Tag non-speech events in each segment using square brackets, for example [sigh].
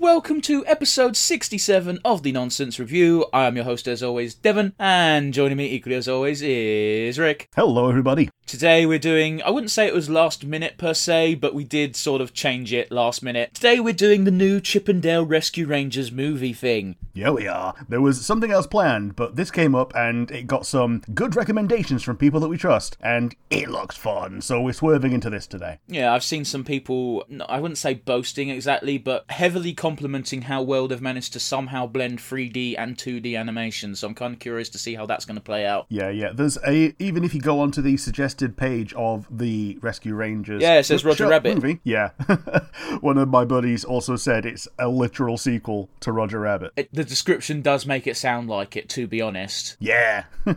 welcome to episode 67 of the Nonsense Review. I am your host, as always, Devon, and joining me, equally as always, is Rick. Hello, everybody. Today we're doing, I wouldn't say it was last minute per se, but we did sort of change it last minute. Today we're doing the new Chippendale Rescue Rangers movie thing. Yeah, we are. There was something else planned, but this came up and it got some good recommendations from people that we trust, and it looks fun, so we're swerving into this today. Yeah, I've seen some people, no, I wouldn't say boasting exactly, but heavily complimenting how well they've managed to somehow blend 3D and 2D animation, so I'm kind of curious to see how that's going to play out. Yeah, yeah. There's a even if you go onto the suggested page of the Rescue Rangers. Yeah, it says Roger workshop Rabbit. Movie. Yeah. [laughs] One of my buddies also said it's a literal sequel to Roger Rabbit. It, the description does make it sound like it, to be honest. Yeah. [laughs]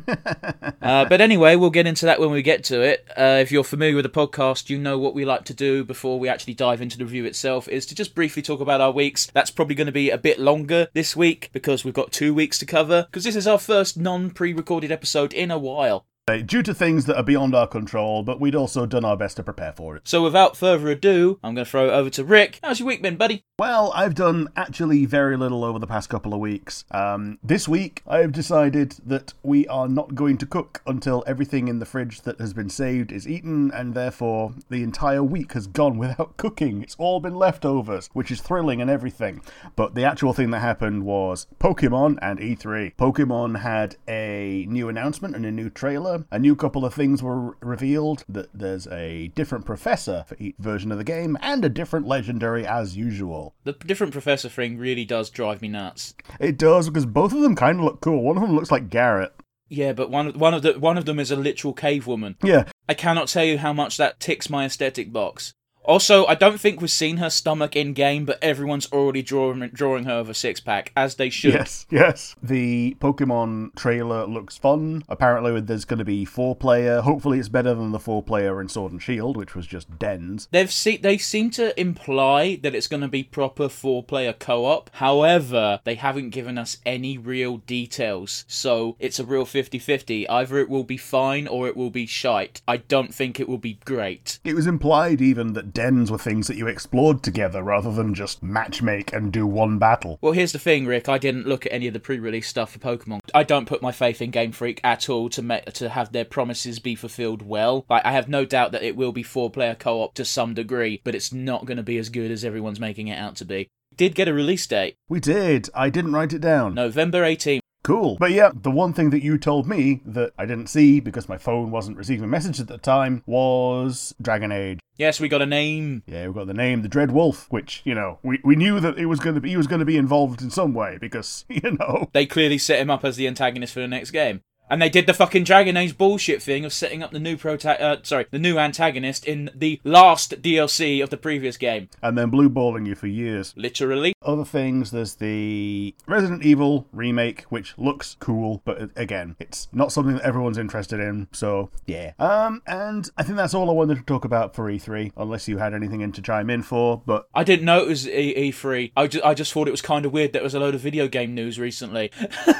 Uh, but anyway, we'll get into that when we get to it. Uh, if you're familiar with the podcast, you know what we like to do before we actually dive into the review itself is to just briefly talk about our weeks. That's probably going to be a bit longer this week because we've got two weeks to cover because this is our first non pre recorded episode in a while. Uh, Due to things that are beyond our control, but we'd also done our best to prepare for it. So without further ado, I'm going to throw it over to Rick. How's your week been, buddy? Well, I've done actually very little over the past couple of weeks. Um, this week, I have decided that we are not going to cook until everything in the fridge that has been saved is eaten, and therefore the entire week has gone [laughs] without cooking. It's all been leftovers, which is thrilling and everything. But the actual thing that happened was Pokemon and E3. Pokemon had a new announcement and a new trailer. A new couple of things were revealed that there's a different professor for each version of the game, and a different legendary as usual. The different professor thing really does drive me nuts. It does because both of them kind of look cool. One of them looks like Garrett. Yeah, but one of, one of the one of them is a literal cave woman. Yeah, I cannot tell you how much that ticks my aesthetic box. Also, I don't think we've seen her stomach in game, but everyone's already drawing drawing her of a six pack, as they should. yes, yes. The Pokemon trailer looks fun. Apparently, there's going to be four player. Hopefully, it's better than the four player in Sword and Shield, which was just dens. They've se- they seem to imply that it's going to be proper four player co op. However, they haven't given us any real details, so it's a real 50 50. Either it will be fine or it will be shite. I don't think it will be great. It was implied even that dens were things that you explored together rather than just matchmake and do one battle. Well, here's the thing, Rick. I didn't look at any of the pre-release stuff for Pokemon. I don't put my faith in Game Freak at all to make to have their promises be fulfilled well. Like, I have no doubt that it will be four-player co-op to some degree, but it's not going to be as good as everyone's making it out to be. Did get a release date, We did. I didn't write it down. November 18th. Cool. But yeah, the one thing that you told me that I didn't see because my phone wasn't receiving messages at the time was Dragon Age. Yes, we got a name. Yeah, we've got the name, the Dread Wolf, which you know we, we knew that it was going to be he was going to be involved in some way because [laughs] you know They clearly set him up as the antagonist for the next game. And they did the fucking Dragon Age bullshit thing of setting up the new prota- uh, sorry, the new antagonist in the last DLC of the previous game. and then blue balling you for years. Literally. Other things, there's the Resident Evil remake, which looks cool, but again, it's not something that everyone's interested in. So yeah, um, and I think that's all I wanted to talk about for E3, unless you had anything in to chime in for. But I didn't know it was E- E3. I ju- I just thought it was kind of weird that there was a load of video game news recently. [laughs]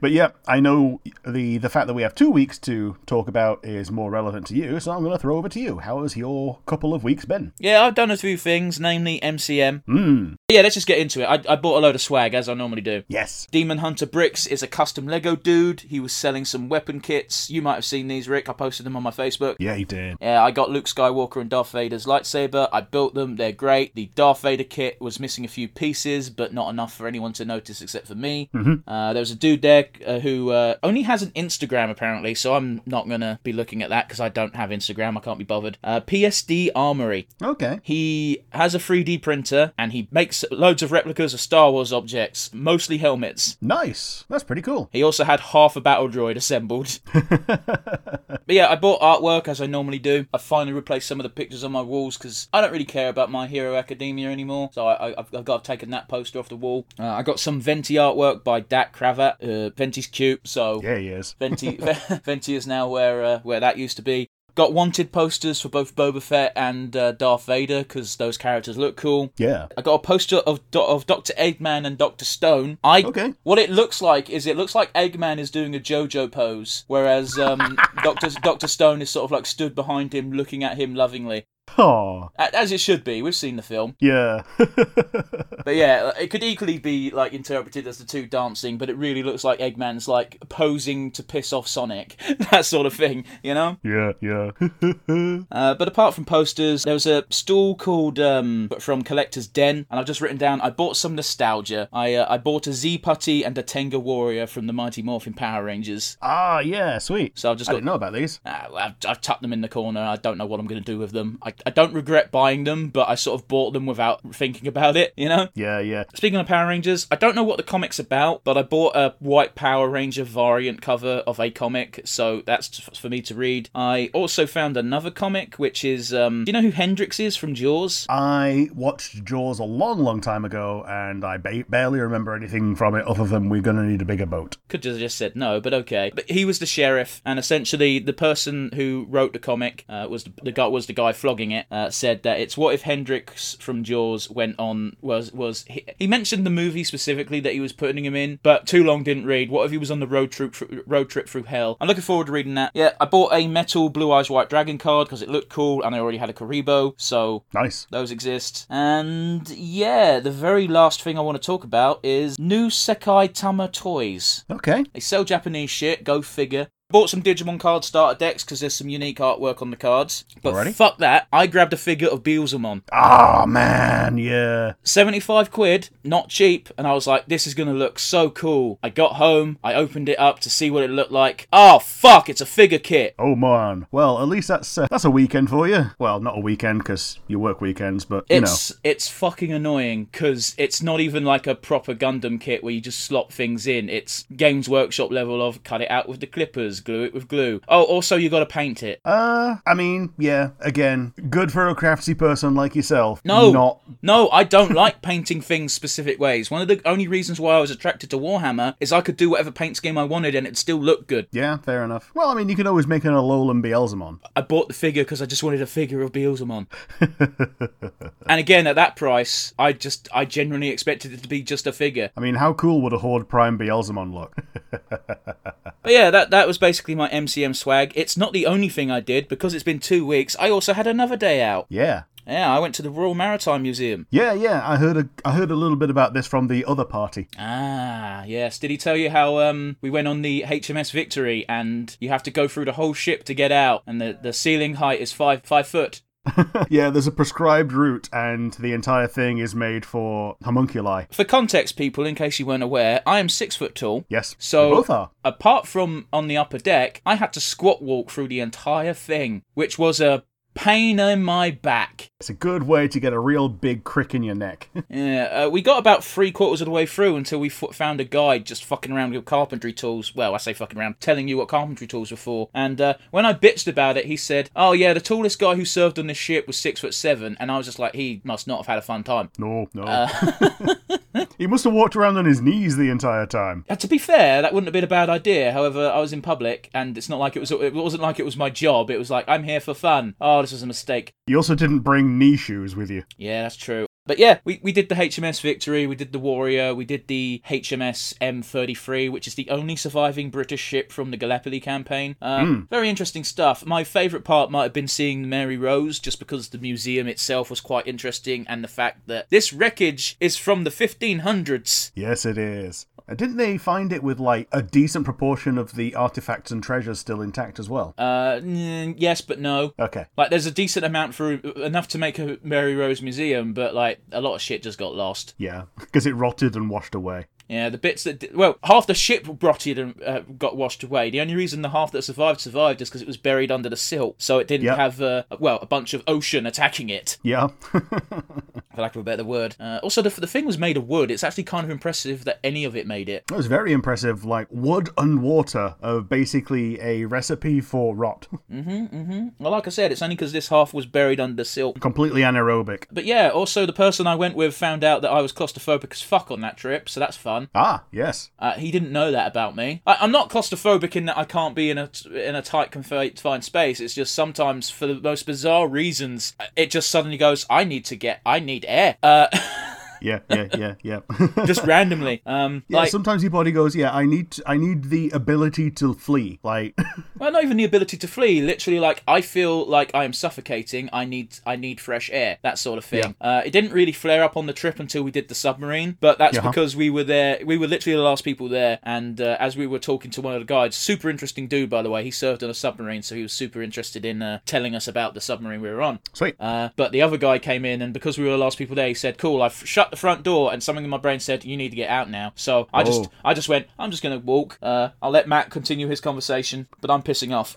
But yeah, I know the the fact that we have two weeks to talk about is more relevant to you, so I'm going to throw over to you. How has your couple of weeks been? yeah, I've done a few things, namely MCM. Hmm. Yeah, let's just get into it. I, I bought a load of swag, as I normally do. Yes. Demon Hunter Bricks is a custom Lego dude. He was selling some weapon kits. You might have seen these, Rick. I posted them on my Facebook. Yeah, you did. Yeah, I got Luke Skywalker and Darth Vader's lightsaber. I built them. They're great. The Darth Vader kit was missing a few pieces, but not enough for anyone to notice except for me. Uh, there was a dude there uh, who uh, only has an Instagram apparently, so I'm not gonna be looking at that because I don't have Instagram. I can't be bothered. Uh, PSD Armory. Okay. He has a 3D printer and he makes loads of replicas of Star Wars objects, mostly helmets. Nice. That's pretty cool. He also had half a battle droid assembled. But yeah, I bought artwork as I normally do. I finally replaced some of the pictures on my walls because I don't really care about My Hero Academia anymore. So I, I, I've, I've got taken that poster off the wall. Uh, I got some Venti artwork by Dak Kravat. Uh, Venti's cute, so Yeah, he is. Venti [laughs] Venti is now where uh, where that used to be. Got wanted posters for both Boba Fett and uh, Darth Vader because those characters look cool. Yeah. I got a poster of Do- of Doctor Eggman and Doctor Stone. I Okay. what it looks like is it looks like Eggman is doing a JoJo pose, whereas um, Doctor Doctor Stone is sort of like stood behind him, looking at him lovingly. Aw. A- As it should be. We've seen the film. Yeah. [laughs] But yeah, it could equally be like interpreted as the two dancing, but it really looks like Eggman's like posing to piss off Sonic, [laughs] that sort of thing, you know? yeah, yeah. [laughs] Uh, but apart from posters, there was a stall called um, from Collector's Den, and I've just written down. I bought some nostalgia. I uh, I bought a Z Putty and a Tenga Warrior from the Mighty Morphin Power Rangers. ah, yeah, sweet. So I've just I got. didn't know about these. Ah, well, I've, I've tucked them in the corner. I don't know what I'm going to do with them. I, I don't regret buying them, but I sort of bought them without thinking about it, you know? Yeah, yeah. Speaking of Power Rangers, I don't know what the comic's about, but I bought a white Power Ranger variant cover of a comic, so that's t- for me to read. I also found another comic, which is, um, do you know who Hendrix is from Jaws? I watched Jaws a long, long time ago, and I ba- barely remember anything from it other than we're going to need a bigger boat. Could have just said no, but okay. But he was the sheriff, and essentially the person who wrote the comic uh, was the, the guy was the guy flogging it. Uh, said that it's what if Hendrix from Jaws went on was was he, he mentioned the movie specifically that he was putting him in, but too long didn't read. What if he was on the road trip road trip through hell? I'm looking forward to reading that. Yeah, I bought a metal Blue Eyes White Dragon card because it looked cool, and I already had a Karibo, so Nice. those exist. And yeah, the very last thing I want to talk about is new Sekai Tama toys. Okay. They sell Japanese shit, go figure. Bought some Digimon card starter decks because there's some unique artwork on the cards. But Alrighty. fuck that, I grabbed a figure of Beelzemon. Ah, man, yeah. 75 quid, not cheap, and I was like, this is gonna look so cool. I got home, I opened it up to see what it looked like. Oh fuck, it's a figure kit. Oh man. Well, at least that's uh, that's a weekend for you. Well, not a weekend because you work weekends, but you know. It's it's fucking annoying because it's not even like a proper Gundam kit where you just slot things in. It's Games Workshop level of cut it out with the clippers, glue it with glue. Oh, also you got to paint it. Uh, I mean, yeah. Again, good for a crafty person like yourself. No, not no, I don't [laughs] like painting things specific ways. One of the only reasons why I was attracted to Warhammer is I could do whatever paint scheme I wanted and it'd still look good. Yeah, fair enough. Well, I mean, you can always make an Alolan Beelzemon. I bought the figure because I just wanted a figure of Beelzemon. and again, at that price, I just I genuinely expected it to be just a figure. I mean, how cool would a Horde Prime Beelzemon look? [laughs] But yeah, that that was basically my MCM swag. It's not the only thing I did because it's been two weeks. I also had another day out. yeah. Yeah, I went to the Royal Maritime Museum. Yeah, yeah. I heard a I heard a little bit about this from the other party. Ah, yes. Did he tell you how um we went on the HMS Victory and you have to go through the whole ship to get out and the, the ceiling height is five five foot? Ah. [laughs] yeah, there's a prescribed route, and the entire thing is made for homunculi. For context, people, in case you weren't aware, I am six foot tall. Yes. So- we both are. Apart from on the upper deck, I had to squat walk through the entire thing, which was a pain in my back. It's a good way to get a real big crick in your neck. [laughs] Yeah, uh, we got about three quarters of the way through until we f- found a guy just fucking around with carpentry tools. Well, I say fucking around, telling you what carpentry tools were for. And uh, when I bitched about it, he said, "Oh yeah, the tallest guy who served on this ship was six foot seven. And I was just like, "He must not have had a fun time." no, no. [laughs] he must have walked around on his knees the entire time. Uh, to be fair, that wouldn't have been a bad idea. However, I was in public, and it's not like it was. It wasn't like it was my job. It was like I'm here for fun. Oh, this was a mistake. You also didn't bring knee shoes with you. Yeah, that's true. But yeah, we, we did the HMS Victory, we did the Warrior, we did the HMS M33, which is the only surviving British ship from the Gallipoli campaign. Uh, Very interesting stuff. My favourite part might have been seeing Mary Rose, just because the museum itself was quite interesting, and the fact that this wreckage is from the 1500s. Yes, it is. Uh, Didn't they find it with like a decent proportion of the artifacts and treasures still intact as well? Uh, mm, yes, but no. Okay. Like, there's a decent amount for enough to make a Mary Rose museum, but like a lot of shit just got lost. Yeah, [laughs] because it rotted and washed away. Yeah, the bits that di- well, half the ship rotted and uh, got washed away. The only reason the half that survived survived is because it was buried under the silt, so it didn't Yep. have uh, well a bunch of ocean attacking it, Yeah. for lack of a better word. Uh, also, the, the thing was made of wood. It's actually kind of impressive that any of it made it. That was very impressive. Like, wood and water are basically a recipe for rot. [laughs] Well, like I said, it's only because this half was buried under the silt. Completely anaerobic. But yeah, also the person I went with found out that I was claustrophobic as fuck on that trip, so that's fun. Ah, yes. Uh, he didn't know that about me. I, I'm not claustrophobic in that I can't be in a in a tight confined space. It's just sometimes for the most bizarre reasons, it just suddenly goes. I need to get. I need air. Uh, yeah, yeah, yeah, [laughs] [laughs] yeah. just randomly. Um, Yeah, like, sometimes your body goes, yeah, I need, I need the ability to flee. Like, [laughs] well, not even the ability to flee. Literally, like I feel like I am suffocating. I need, I need fresh air. That sort of thing. Uh, it didn't really flare up on the trip until we did the submarine, but that's Yeah. because we were there. We were literally the last people there, and uh, as we were talking to one of the guides, super interesting dude by the way. He served on a submarine, so he was super interested in uh, telling us about the submarine we were on. sweet. Uh, but the other guy came in, and because we were the last people there, he said, "Cool, I've shut the front door." And something in my brain said, "You need to get out now." So I Oh. just, I just went. I'm just gonna walk. Uh, I'll let Matt continue his conversation, but I'm pissing off.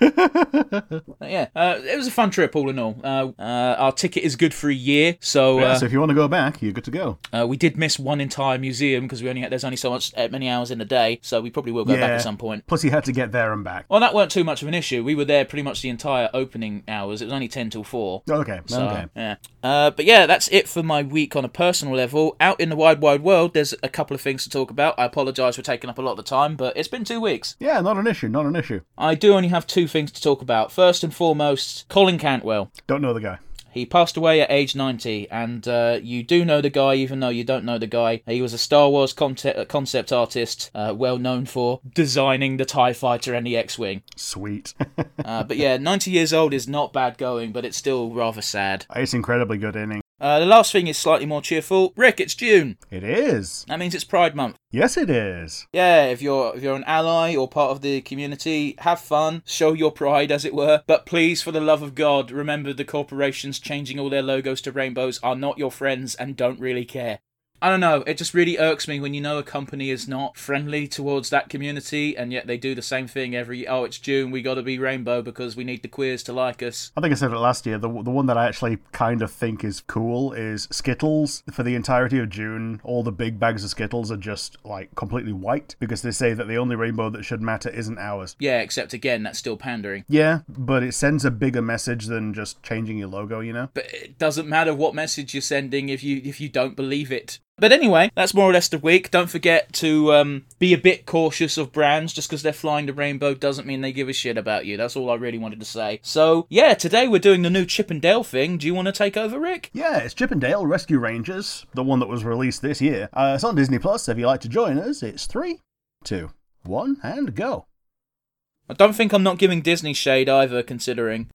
[laughs] But yeah, uh, it was a fun trip all in all. Uh, uh, our ticket is good for a year, so uh, so if you want to go back, you're good to go. uh, we did miss one entire museum because we only had, there's only so much uh, many hours in a day, so we probably will go back Yeah. at some point. Plus, you had to get there and back. Well, that weren't too much of an issue. We were there pretty much the entire opening hours. It was only ten till four. Okay, So, okay. Yeah. Uh, but yeah, that's it for my week on a personal level. Out in the wide, wide world, there's a couple of things to talk about. I apologise for taking up a lot of the time, but it's been two weeks. Yeah, not an issue, not an issue. I do only have two things to talk about. First and foremost, Colin Cantwell. Don't know the guy. He passed away at age 90, and uh, you do know the guy, even though you don't know the guy. He was a Star Wars conte- uh, concept artist, uh, well known for designing the TIE fighter and the X Wing. Sweet. [laughs] Uh, but yeah, 90 years old is not bad going, but it's still rather sad. it's incredibly good inning. Uh, the last thing is slightly more cheerful. Rick, it's June. It is. That means it's Pride Month. Yes, it is. Yeah, if you're if you're an ally or part of the community, have fun, show your pride, as it were. But please, for the love of God, remember the corporations changing all their logos to rainbows are not your friends and don't really care. I don't know. It just really irks me when you know a company is not friendly towards that community, and yet they do the same thing every. Oh, it's June. We got to be rainbow because we need the queers to like us. I think I said it last year. The, the one that I actually kind of think is cool is Skittles. For the entirety of June, all the big bags of Skittles are just like completely white because they say that the only rainbow that should matter isn't ours. Yeah, except again, that's still pandering. Yeah, but it sends a bigger message than just changing your logo, you know? but it doesn't matter what message you're sending if you if you don't believe it but anyway that's more or less the week don't forget to um, be a bit cautious of brands just because they're flying the rainbow doesn't mean they give a shit about you that's all i really wanted to say so yeah today we're doing the new chip and dale thing do you want to take over rick Yeah, it's Chip and Dale Rescue Rangers, the one that was released this year. Uh, it's on Disney Plus. If you'd like to join us, it's three, two, one, and go. i don't think i'm not giving disney shade either considering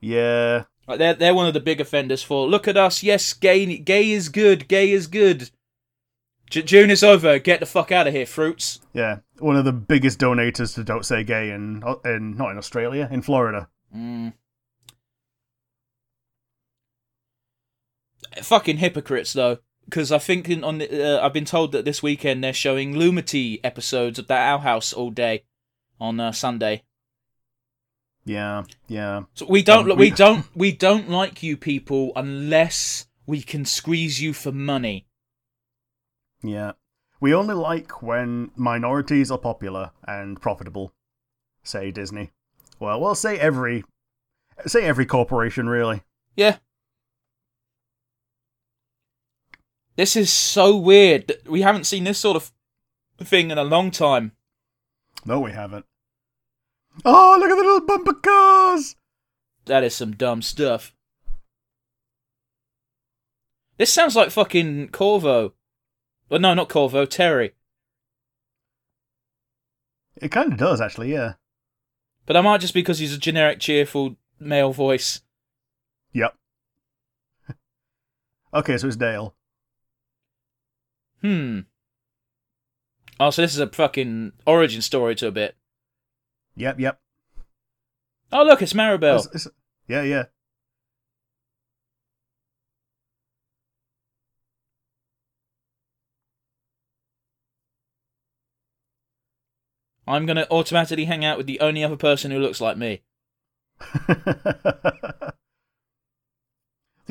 Yeah. like they're, they're one of the big offenders for look at us yes gay gay is good gay is good J- june is over get the fuck out of here fruits Yeah. One of the biggest donators to Don't Say Gay in, in not in Australia, in Florida. Mm. Fucking hypocrites, though, because I think in, on the, uh, I've been told that this weekend they're showing Lumity episodes of that Owl House all day on uh, Sunday. Yeah, yeah. So we don't, Um, li- we- we don't, we don't like you people unless we can squeeze you for money. Yeah. We only like when minorities are popular and profitable, say Disney. Well, well, say every say every corporation really. Yeah. This is so weird. that We haven't seen this sort of thing in a long time. No, we haven't. Oh, look at the little bumper cars. That is some dumb stuff. This sounds like fucking Corvo. Well, no, not Corvo, Terry. It kind of does actually, yeah. But I might just because he's a generic, cheerful male voice. Yep. [laughs] okay, so it's Dale. Hmm. Oh, so this is a fucking origin story to a bit. Yep, yep. Oh, look, it's Maribel. It's- it's- yeah, yeah. [laughs] I'm gonna automatically hang out with the only other person who looks like me. the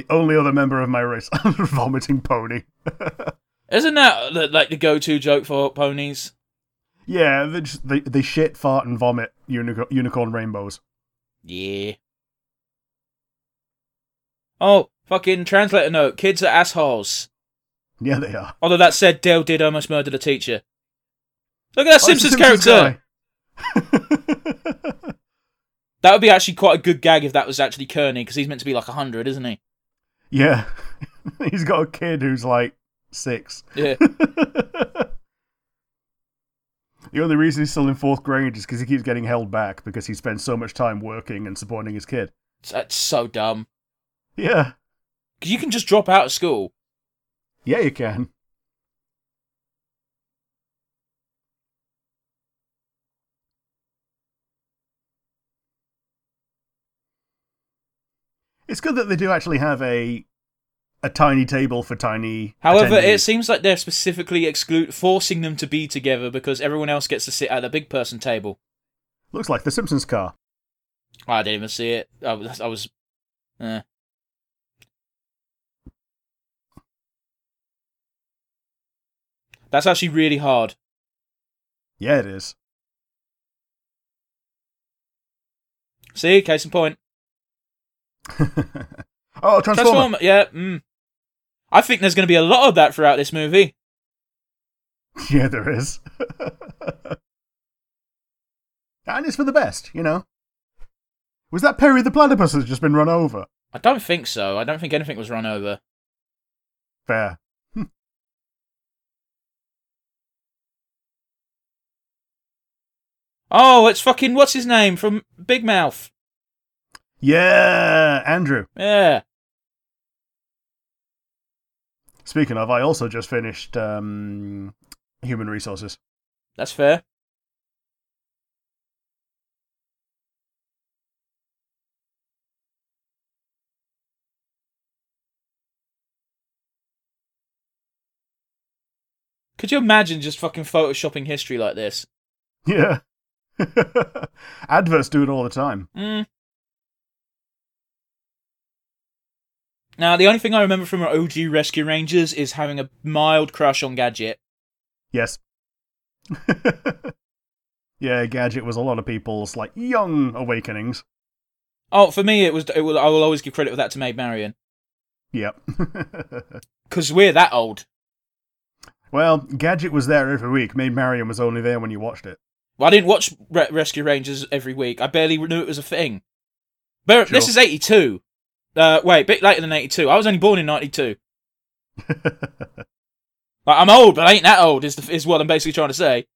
only other member of my race, [laughs] vomiting pony. Isn't that the, like the go-to joke for ponies? Yeah, they, just, they, they shit, fart, and vomit unicorn, unicorn rainbows. Yeah. Oh, fucking translator note. Kids are assholes. Yeah, they are. Although that said, Dale did almost murder the teacher. Look at that Oh, it's the Simpsons, character. guy. That would be actually quite a good gag if that was actually Kearney, because he's meant to be like hundred, isn't he? [laughs] yeah. [laughs] He's got a kid who's like six. [laughs] Yeah. The only reason he's still in fourth grade is because he keeps getting held back because he spends so much time working and supporting his kid. That's so dumb. Yeah. 'Cause You can just drop out of school. Yeah, you can. It's good that they do actually have a a tiny table for tiny. However, attendees. it seems like they're specifically exclude forcing them to be together because everyone else gets to sit at the big person table. looks like the Simpsons car. I didn't even see it. I was, I was eh. That's actually really hard. Yeah, it is. See, case in point. oh, Transform. Transformer. Yeah. Mm. I think there's going to be a lot of that throughout this movie. [laughs] Yeah, there is. [laughs] and it's for the best, you know. Was that Perry the platypus that's just been run over? I don't think so. I don't think anything was run over. Fair. Oh, it's fucking what's his name from Big Mouth. Yeah, Andrew. Yeah. Speaking of, I also just finished um, Human Resources. [laughs] That's fair. Could you imagine just fucking photoshopping history like this? Yeah. [laughs] Adverts do it all the time. Mm. Now, the only thing I remember from our OG Rescue Rangers is having a mild crush on Gadget. Yes. [laughs] yeah, Gadget was a lot of people's like young awakenings. Oh, for me, it was. It will, I will always give credit for that to Maid Marian Yep. [laughs] because we're that old. well, Gadget was there every week. Maid Marian was only there when you watched it. [laughs] Well, I didn't watch Re- Rescue Rangers every week. I barely knew it was a thing. But this Sure. is eighty two. Uh, wait, bit later than eighty two. I was only born in ninety two. Like, I'm old, but I ain't that old. Is the, is what I'm basically trying to say.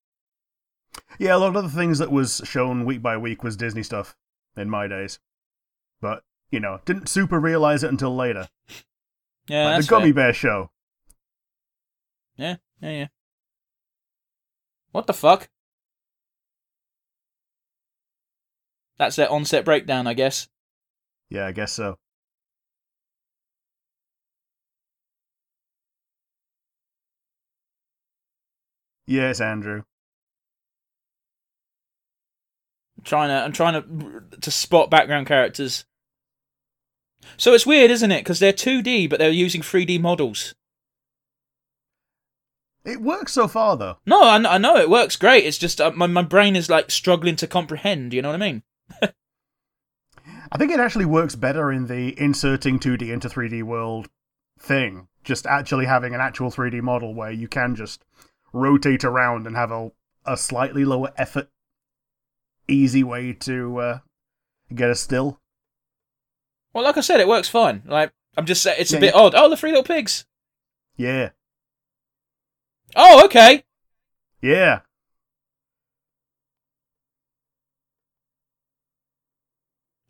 Yeah, a lot of the things that was shown week by week was Disney stuff in my days. But, you know, didn't super realize it until later. Yeah, Like that's the Gummy fair. Bear show. Yeah, yeah, yeah. What the fuck? That's their onset breakdown, I guess. Yeah, I guess so. Yes, Andrew. trying to I'm trying to to spot background characters. So it's weird, isn't it? Because they're 2D, but they're using 3D models. It works so far, though. No, I, kn- I know it works great. It's just uh, my my brain is like struggling to comprehend. You know what I mean? I think it actually works better in the inserting 2D into 3D world thing. Just actually having an actual 3D model where you can just rotate around and have a, a slightly lower effort, easy way to uh, get a still. Well, like I said, it works fine. Like I'm just saying, it's a Yeah, bit odd. Oh, the three little pigs. Yeah. Oh, okay. Yeah.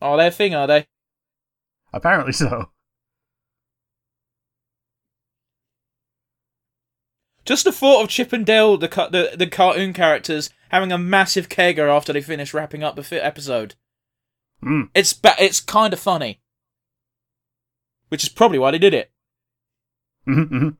Oh, they're a thing, are they? Apparently [laughs] so. Just the thought of Chip and Dale, the ca- the, the cartoon characters, having a massive kegger after they finish wrapping up the fi- episode. Mm. It's ba- it's kind of funny, which is probably why they did it. Mhm, mhm.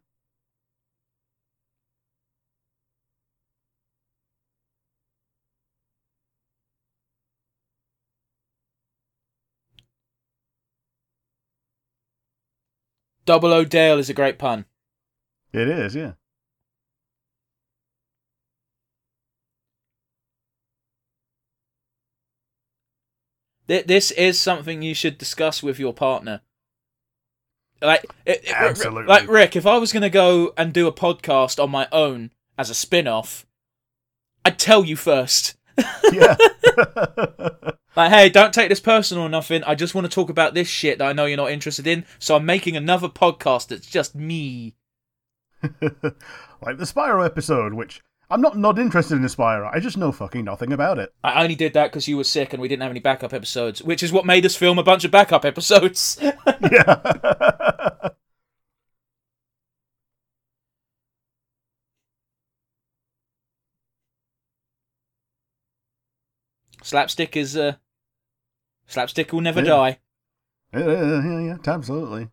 Double O Dale is a great pun. It is, yeah. Th- This is something you should discuss with your partner. Like, it, it- Absolutely. Like Rick, if I was going to go and do a podcast on my own as a spin-off, I'd tell you first. Yeah. Like, hey, don't take this personal or nothing. I just want to talk about this shit that I know you're not interested in. So I'm making another podcast that's just me. [laughs] like the Spyro episode, which I'm not not interested in the Spyro. I just know fucking nothing about it. [laughs] I only did that because you were sick and we didn't have any backup episodes, which is what made us film a bunch of backup episodes. [laughs] [laughs] yeah. slapstick is uh, slapstick will never Yeah. die. yeah, yeah, yeah, yeah, absolutely.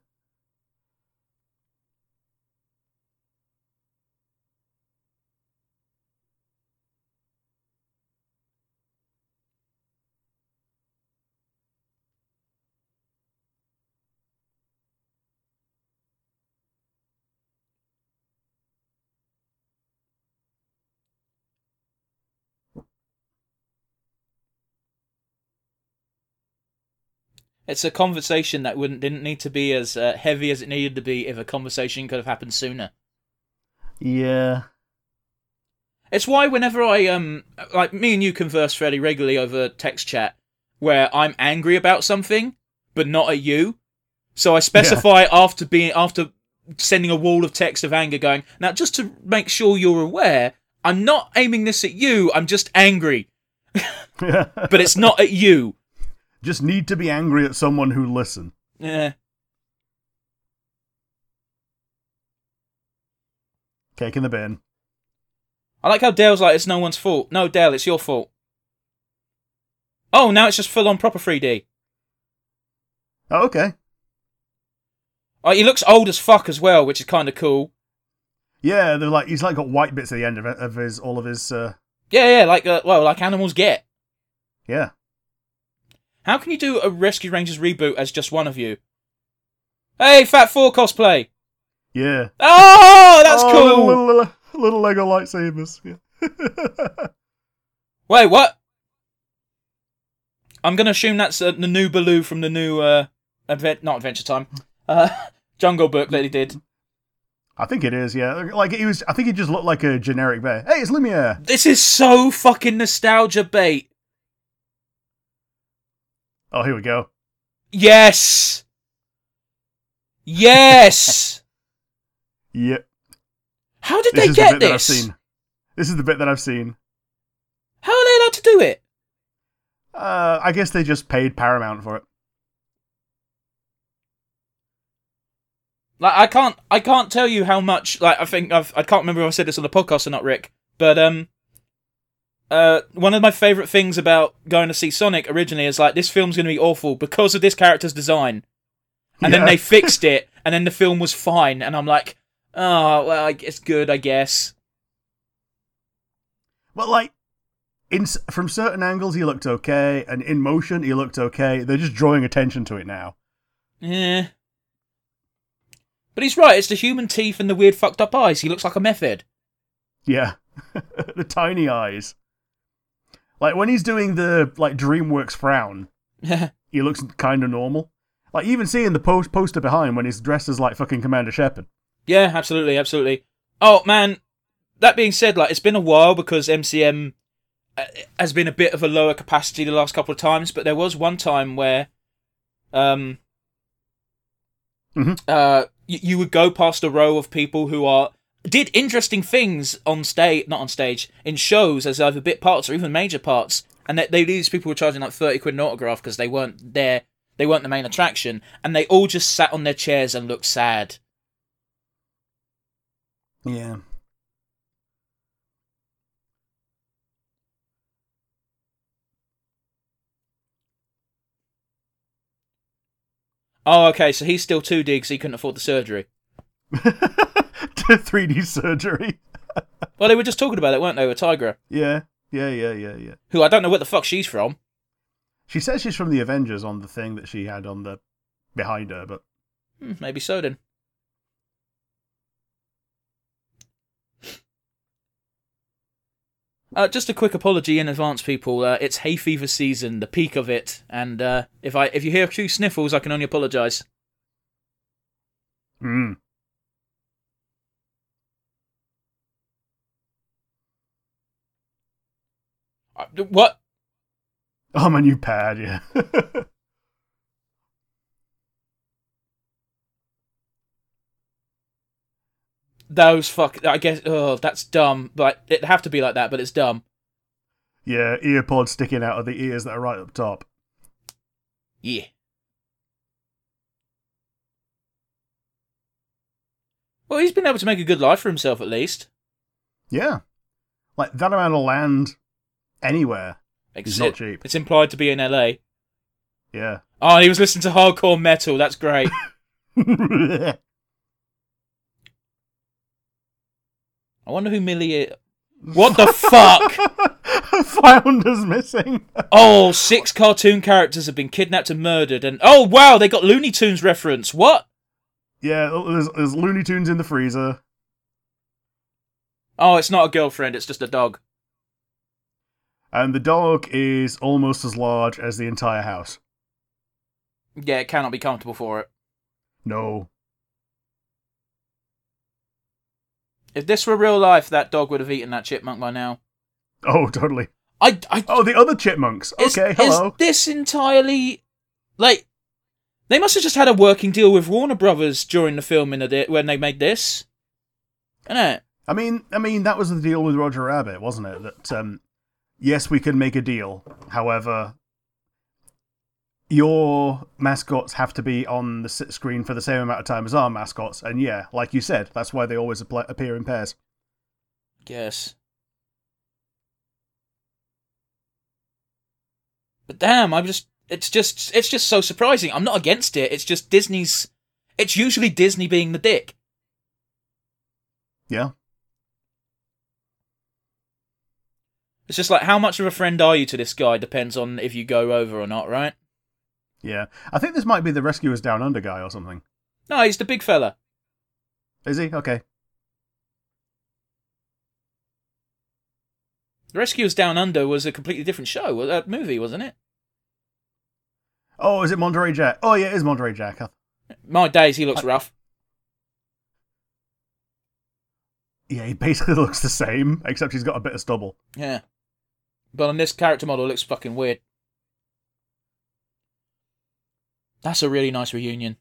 It's a conversation that wouldn't didn't need to be as uh, heavy as it needed to be if a conversation could have happened sooner. Yeah. It's why whenever I um like me and you converse fairly regularly over text chat, where I'm angry about something, but not at you. So I specify after being after sending a wall of text of anger, going now just to make sure you're aware, I'm not aiming this at you. I'm just angry, but it's not at you. [laughs] [laughs] just need to be angry at someone who listen. Yeah. Cake in the bin. I like how Dale's like it's no one's fault. No, Dale, it's your fault. Oh, now it's just full on proper 3D. Oh, okay. Oh, he looks old as fuck as well, which is kind of cool. Yeah, they're like he's like got white bits at the end of, it, of his all of his. Uh, Yeah, yeah, like uh, well, like animals get. yeah, How can you do a Rescue Rangers reboot as just one of you? Hey, Fat Four cosplay. yeah. Oh, that's Oh, cool. Little, little, little Lego lightsabers. Yeah. [laughs] Wait, what? I'm gonna assume that's uh, the new Baloo from the new uh, advent not Adventure Time, uh, [laughs] Jungle Book that he did. I think it is. Yeah, like he was. I think he just looked like a generic bear. Hey, it's Lumiere. This is so fucking nostalgia bait. Oh, here we go. Yes. Yes. Yep. How did This they is get the bit that I've this? seen. This is the bit that I've seen. How are they allowed to do it? Uh, I guess they just paid Paramount for it. Like I can't I can't tell you how much like I think I've I can't remember if I said this on the podcast or not, Rick. But um uh one of my favourite things about going to see Sonic originally is like this film's gonna be awful because of this character's design. And then Yeah. they fixed it and then the film was fine and I'm like, oh well I- it's good I guess. But like, in s- from certain angles, he looked okay, and in motion, he looked okay. They're just drawing attention to it now. Yeah. Eh. But he's right, it's the human teeth and the weird fucked up eyes. He looks like a meth head. [laughs] Yeah, [laughs] the tiny eyes. Like when he's doing the like DreamWorks frown, he looks kind of normal. Like even seeing the post poster behind when he's dressed as like fucking Commander Shepard. Yeah, absolutely, absolutely. Oh man, that being said, like it's been a while because MCM uh, has been a bit of a lower capacity the last couple of times, but there was one time where, um, Mhm. uh, you, you would go past a row of people who are did interesting things on stage, not on stage, in shows as either bit parts or even major parts, and that they these people were charging like thirty quid an autograph because they weren't there, they weren't the main attraction, and they all just sat on their chairs and looked sad. [laughs] Yeah. Oh, okay. So he's still two D because he couldn't afford the surgery. to 3D surgery. Well, they were just talking about it, weren't they, with Tigra, Yeah, yeah, yeah, yeah, yeah. who I don't know where the fuck she's from. She says she's from the Avengers on the thing that she had on the behind her, but Hmm, maybe so then. Uh, just a quick apology in advance, people. Uh, it's hay fever season, the peak of it, and uh, if I if you hear a few sniffles, I can only apologise. mm. Uh, what? Oh, my new pad, yeah. [laughs] Those fuck. I guess. Oh, that's dumb. Like it'd have to be like that, but it's dumb. yeah, ear pods sticking out of the ears that are right up top. Yeah. Well, he's been able to make a good life for himself at least. Yeah. Like that amount of land anywhere. It's not Except cheap. It's implied to be in LA. Yeah. [laughs] Oh, he was listening to hardcore metal. That's great. There's I wonder who Millie is. What the [laughs] fuck? Flounder's missing. Oh, six cartoon characters have been kidnapped and murdered, and oh wow, they got Looney Tunes reference. What? yeah, there's, there's Looney Tunes in the freezer. Oh, it's not a girlfriend. It's just a dog. And the dog is almost as large as the entire house. Yeah, it cannot be comfortable for it. No. If this were real life, that dog would have eaten that chipmunk by now. Oh, totally. I, I. Oh, the other chipmunks. is- Okay, is hello. this entirely like? They must have just had a working deal with Warner Brothers during the filming of it when they made this. Innit? I mean, I mean that was the deal with Roger Rabbit, wasn't it? That um, yes, we can make a deal. However, your mascots have to be on the s- screen for the same amount of time as our mascots, and yeah, like you said, that's why they always appla- appear in pairs. Yes. But damn, I'm just it's just it's just so surprising. I'm not against it. It's just Disney's it's usually Disney being the dick. Yeah, It's just like how much of a friend are you to this guy depends on if you go over or not, right? yeah. I think this might be the Rescuers Down Under guy or something. No, he's the big fella. Is he okay? The Rescuers Down Under was a completely different show, well, that movie, wasn't it? Oh, is it Monterey Jack? Oh, yeah, it is Monterey Jack. I- My days, he looks rough. Yeah, he basically [laughs] looks the same, except he's got a bit of stubble. [laughs] Yeah. But on this character model, it looks fucking weird. That's a really nice reunion.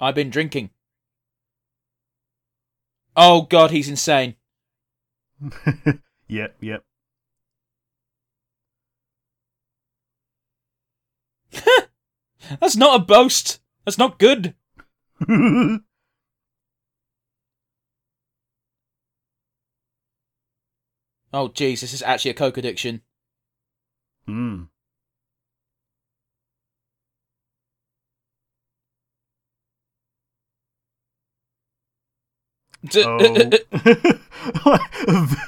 I've been drinking. Oh god, he's insane. Yep, yep. [laughs] That's not a boast. That's not good. Hmm. Oh jeez, this is actually a coke addiction. Hmm. Oh. [laughs]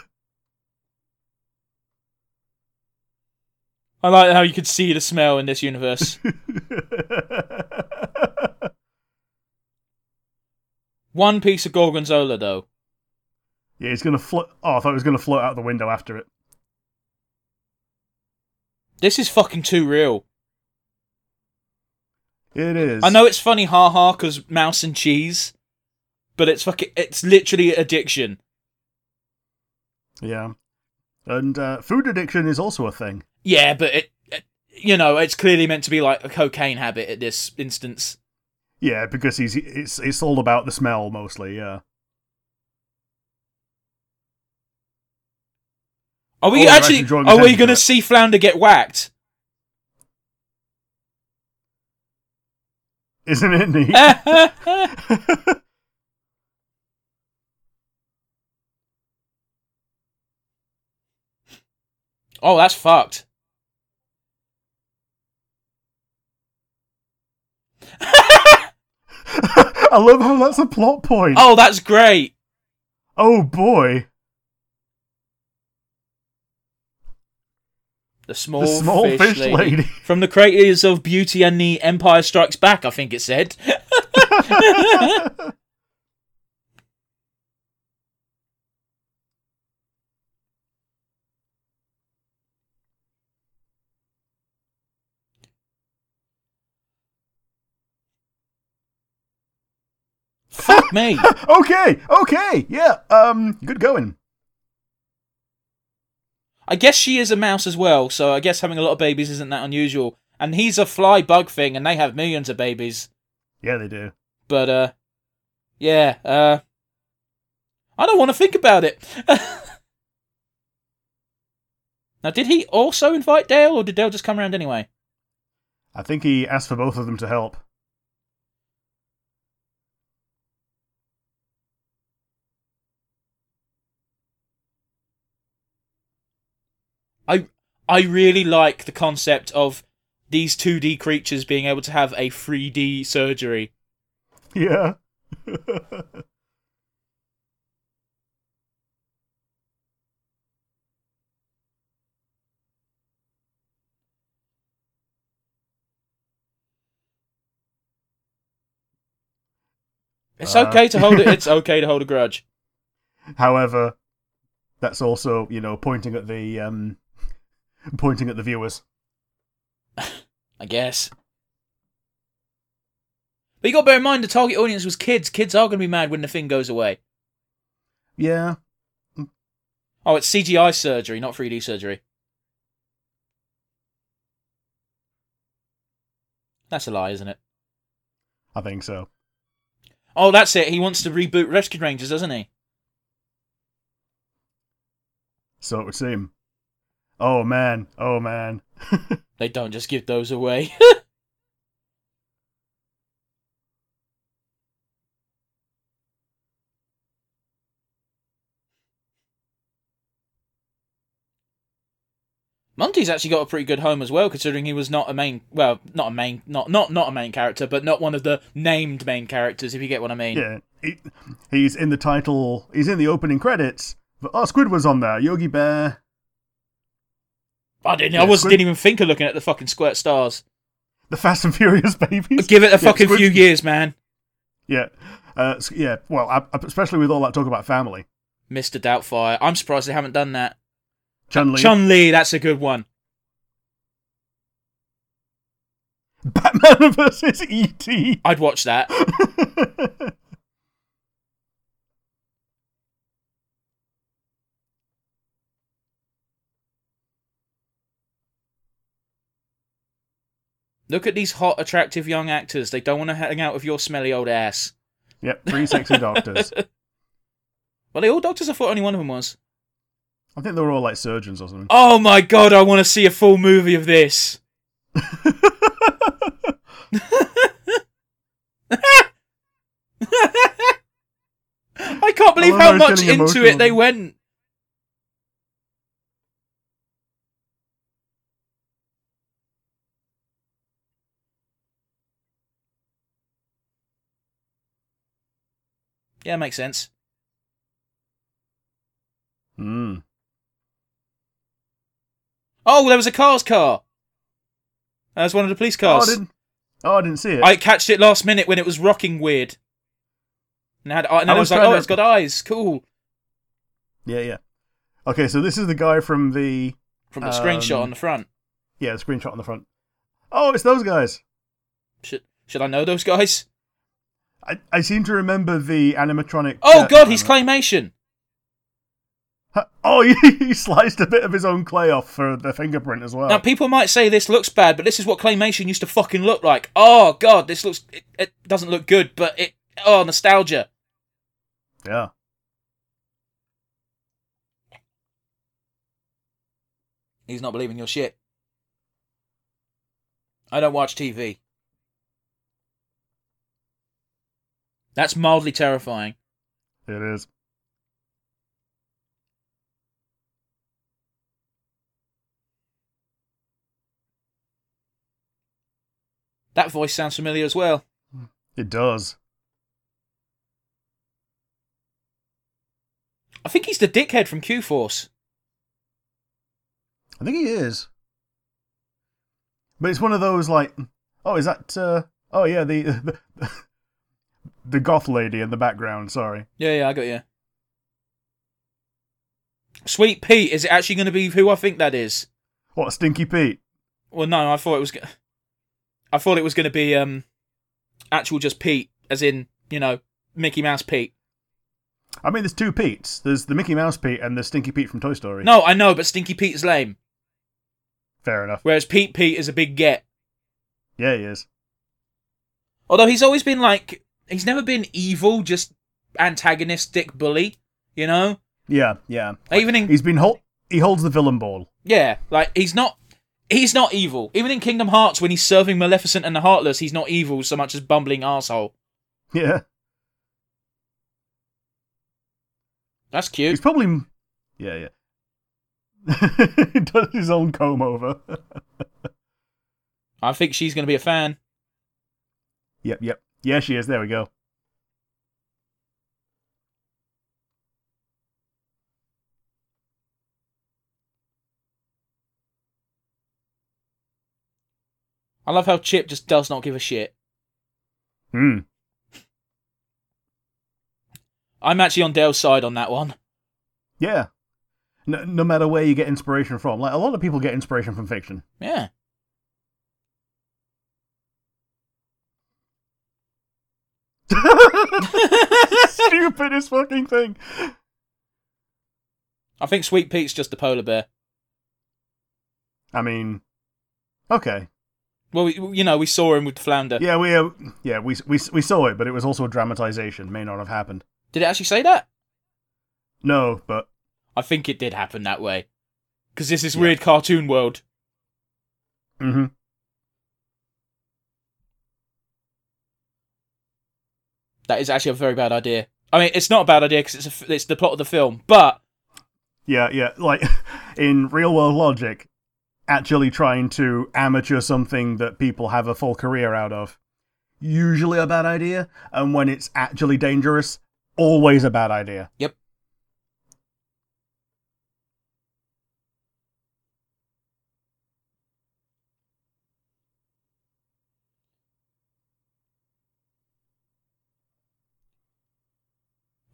I like how you could see the smell in this [laughs] universe. One piece of gorgonzola though. yeah, he's gonna float. Oh, I thought he was gonna float out the window after it. This is fucking too real. It is. I know it's funny, ha ha, because mouse and cheese, but it's fucking, it's literally addiction. Yeah, and uh, food addiction is also a thing. Yeah, but it, it, you know, it's clearly meant to be like a cocaine habit at this instance. Yeah, because he's it's it's all about the smell mostly. Yeah. Are Oh, we you're actually, actually drawing are we attention to going to it. see Flounder get whacked? [laughs] Isn't it neat? oh, Oh, that's fucked. [laughs] I love how that's a plot point. Oh, that's great. oh boy. The small, small fish, fish lady. lady. From the creators of Beauty and the Empire Strikes Back, I think it said. [laughs] [laughs] Fuck me. okay, okay, yeah. Um, good going. I guess she is a mouse as well, so I guess having a lot of babies isn't that unusual. And he's a fly bug thing, and they have millions of babies. Yeah, they do. But uh, yeah, uh, I don't want to think about it. [laughs] now, did he also invite Dale, or did Dale just come around anyway? I think he asked for both of them to help. I I really like the concept of these 2D creatures being able to have a 3D surgery. Yeah. It's okay to hold it. It's okay to hold a grudge. However, that's also you know pointing at the um, [laughs] pointing at the viewers. I guess. But you got to bear in mind the target audience was kids. Kids are going to be mad when the thing goes away. Yeah, Oh, it's CGI surgery, not 3D surgery. That's a lie, isn't it? I think so. Oh, that's it. He wants to reboot Rescue Rangers, doesn't he? So it would seem. Oh man, oh man. They don't just give those away. [laughs] Monty's actually got a pretty good home as well, considering he was not a main, well, not a main, not not not a main character, but not one of the named main characters, if you get what I mean. Yeah, he, he's in the title. He's in the opening credits. But oh, Squidward's on there. Yogi Bear. I didn't, I Yeah, was Squid- didn't even think of looking at the fucking squirt stars. The Fast and [laughs] Furious babies. Give it a Yeah, fucking Squid- few years, man. Yeah, uh, s- yeah. Well, I, I- especially with all that talk about family. Mr. Doubtfire. I'm surprised they haven't done that. Chun Li. Chun Li, that's a good one. [laughs] Batman versus E [laughs] E.T. I'd watch that. Look at these hot, attractive young actors. They don't want to hang out with your smelly old ass. yep, three sexy doctors. Well, they all doctors. I thought only one of them was. I think they were all like surgeons or something. [laughs] Oh my god, I want to see a full movie of this. I can't believe love how how he's much into getting it emotional. they went. Yeah, makes sense. Hmm. Oh, there was a car's car. That was one of the police Oh, I cars. didn't. Oh, I didn't see it. I catched it last minute when it was rocking weird. And, had, and then I, I was, was like, trying oh, to- it's got eyes. Cool. Yeah, yeah. Okay, so this is the guy from the From the Um, screenshot on the front. yeah the screenshot on the front. Oh, it's those guys. Should, should I know those guys? I, I seem to remember the animatronic. Oh, uh, God, he's animatronic. claymation. Ha- Oh, [laughs] he, he sliced a bit of his own clay off for the fingerprint as well. Now, people might say this looks bad, but this is what claymation used to fucking look like. Oh, God, this looks. It, it doesn't look good, but it. Oh, nostalgia. yeah. He's not believing your shit. I don't watch TV. That's mildly terrifying. It is. That voice sounds familiar as well. It does. I think he's the dickhead from Q Force. I think he is. But it's one of those like, oh, is that? Uh, oh yeah, the, the [laughs] the goth lady in the background. Sorry. Yeah, yeah, I got you. Sweet Pete, is it actually going to be who I think that is? What Stinky Pete? Well, no, I thought it was. go- I thought it was going to be um, actual just Pete, as in you know Mickey Mouse Pete. I mean, there's two Pete's. There's the Mickey Mouse Pete and the Stinky Pete from Toy Story. No, I know, but Stinky Pete is lame. Fair enough. Whereas Pete Pete is a big get. Yeah, he is. Although he's always been like, he's never been evil, just antagonistic bully, you know? Yeah, yeah. Even in He's been hol- he holds the villain ball. [laughs] Yeah, like he's not he's not evil. Even in Kingdom Hearts when he's serving Maleficent and the Heartless, he's not evil so much as bumbling asshole. Yeah, That's he's cute. probably. Yeah, [laughs] yeah. he does his own comb over. [laughs] I think she's going to be a fan. yep, yep. Yeah, she is. There we go. I love how Chip just does not give a shit. Hmm. I'm actually on Dale's side on that one. Yeah. No, no matter where you get inspiration from, like a lot of people get inspiration from fiction. [laughs] Yeah. Stupidest fucking thing. I think Sweet Pete's just a polar bear. I mean, okay. Well, we, you know, we saw him with Flounder. Yeah, we uh, yeah we, we we saw it, but it was also a dramatization. May not have happened. Did it actually say that? No, but I think it did happen that way. Because this is Yeah. weird cartoon world. hmm That is actually a very bad idea. I mean, it's not a bad idea because it's, a f- it's the plot of the film, but yeah, yeah. Like [laughs] in real world logic, actually trying to amateur something that people have a full career out of, usually a bad idea. And when it's actually dangerous, always a bad idea. Yep.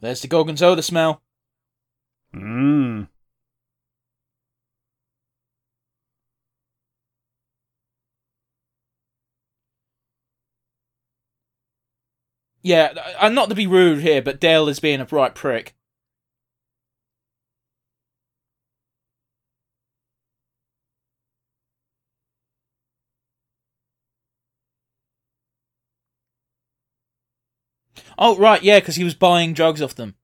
there's the Gorgonzola smell. Mm. Yeah, I- I'm not to be rude here, but Dale is being a bright prick. Oh, right, yeah, because he was buying drugs off them.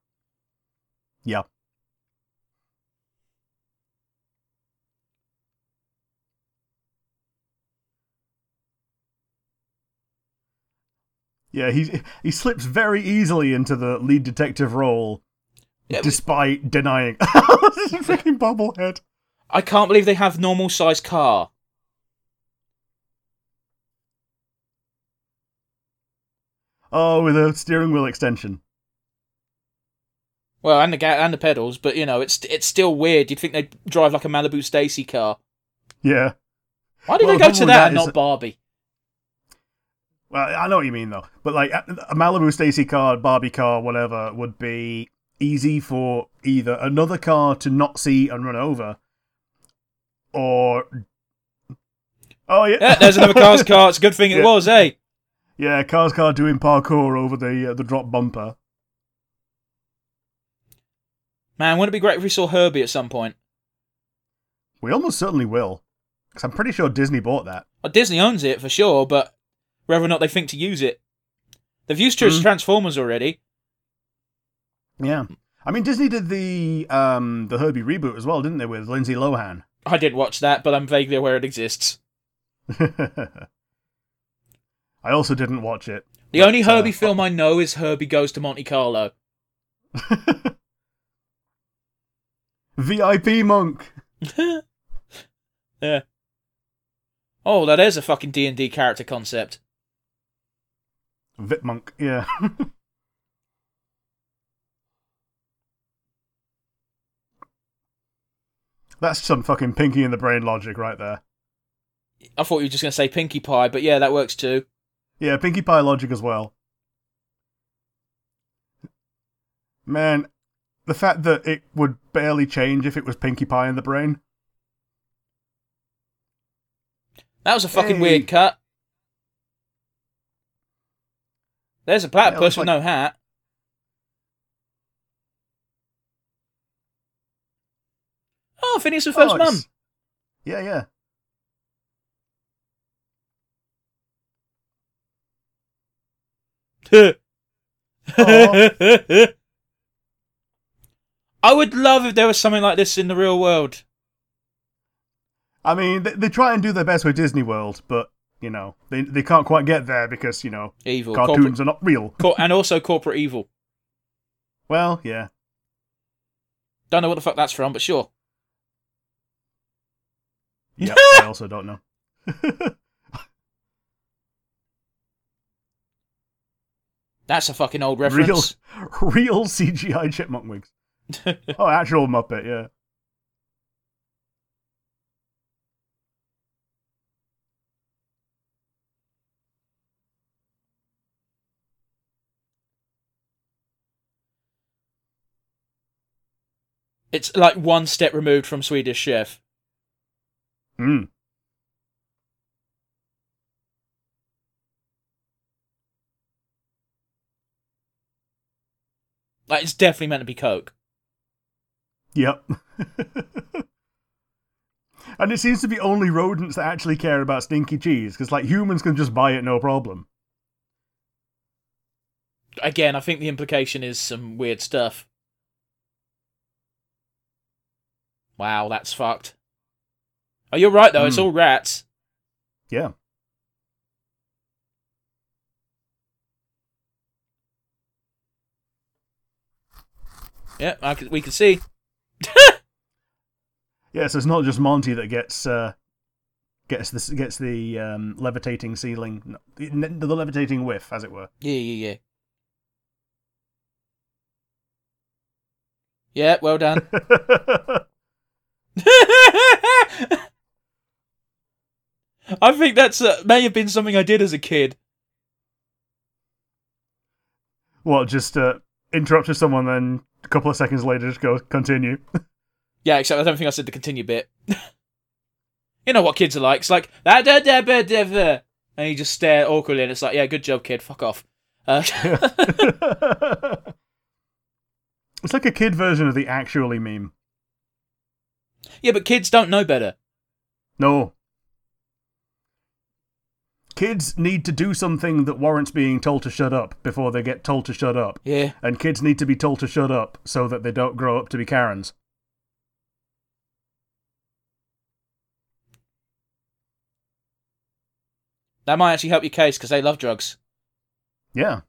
Yeah. Yeah, he he slips very easily into the lead detective role, Yeah, but- despite denying. [laughs] this is a freaking bobblehead. I can't believe they have normal sized car. Oh, with a steering wheel extension. Well, and the ga- and the pedals, but you know, it's it's still weird. You'd think they'd drive like a Malibu Stacy car. Yeah. Why did Well, they go the to problem that with that and is not that- Barbie? Well, I know what you mean though. But like a a Malibu Stacy car, Barbie car, whatever, would be easy for either another car to not see and run over, or oh yeah, Yeah, there's another [laughs] car's car. It's a good thing it Yeah. was, eh? yeah, cars car doing parkour over the uh, the drop bumper. Man, wouldn't it be great if we saw Herbie at some point? We almost certainly will, because I'm pretty sure Disney bought that. Well, Uh, Disney owns it for sure, but whether or not they think to use it, they've used it as Mm. Transformers already. Yeah, Mm. I mean Disney did the um the Herbie reboot as well, didn't they, with Lindsay Lohan? [laughs] I did watch that, but I'm vaguely aware it exists. I also didn't watch it. The But, only uh, Herbie film I know is Herbie Goes to Monte Carlo. VIP monk. yeah. Oh, that is a fucking D and D character concept. VIP monk. Yeah. [laughs] That's some fucking pinky in the brain logic right there. I thought you were just gonna say Pinkie Pie, but yeah, that works too. Yeah, Pinkie Pie logic as well. Man, the fact that it would barely change if it was Pinkie Pie in the brain. That was a fucking Hey. weird cut. There's a platypus looks with like- no hat. Oh, Phineas and Ferb's Oh, mum. it's- Yeah, yeah. [laughs] I would love if there was something like this in the real world. I mean, they, they try and do their best with Disney World, but you know, they they can't quite get there because you know Evil. cartoons are not real. Corporate, cor- and also corporate evil. Well, yeah. Don't know what the fuck that's from, but sure. Yep, I also don't know. [laughs] That's a fucking old reference. Real, real CGI chipmunk wigs. oh, actual Muppet, yeah. It's like one step removed from Swedish Chef. Mm. Like it's definitely meant to be Coke. Yep. [laughs] and it seems to be only rodents that actually care about stinky cheese because, like, humans can just buy it no problem. Again, I think the implication is some weird stuff. Wow, that's fucked. Oh, you're right though. It's Hmm. all rats. Yeah. Yeah, I could, we can see. Yeah, so it's not just Monty that gets uh, gets the gets the um, levitating ceiling, no, the, the levitating whiff, as it were. [laughs] Yeah, yeah, yeah. Yeah, well done. [laughs] I think that's uh, may have been something I did as a kid. what? Just uh, interrupted someone, then a couple of seconds later, just go continue. Yeah, except I don't think I said the continue bit. [laughs] you know what kids are like. It's like "Ah, da, da, ba, da, da," and you just stare awkwardly, and it's like, yeah, good job, kid. Fuck off. Uh, [laughs] it's like a kid version of the actually meme. yeah, but kids don't know better. No. Kids need to do something that warrants being told to shut up before they get told to shut up. Yeah, And kids need to be told to shut up so that they don't grow up to be Karens. that might actually help your case because they love drugs. Yeah.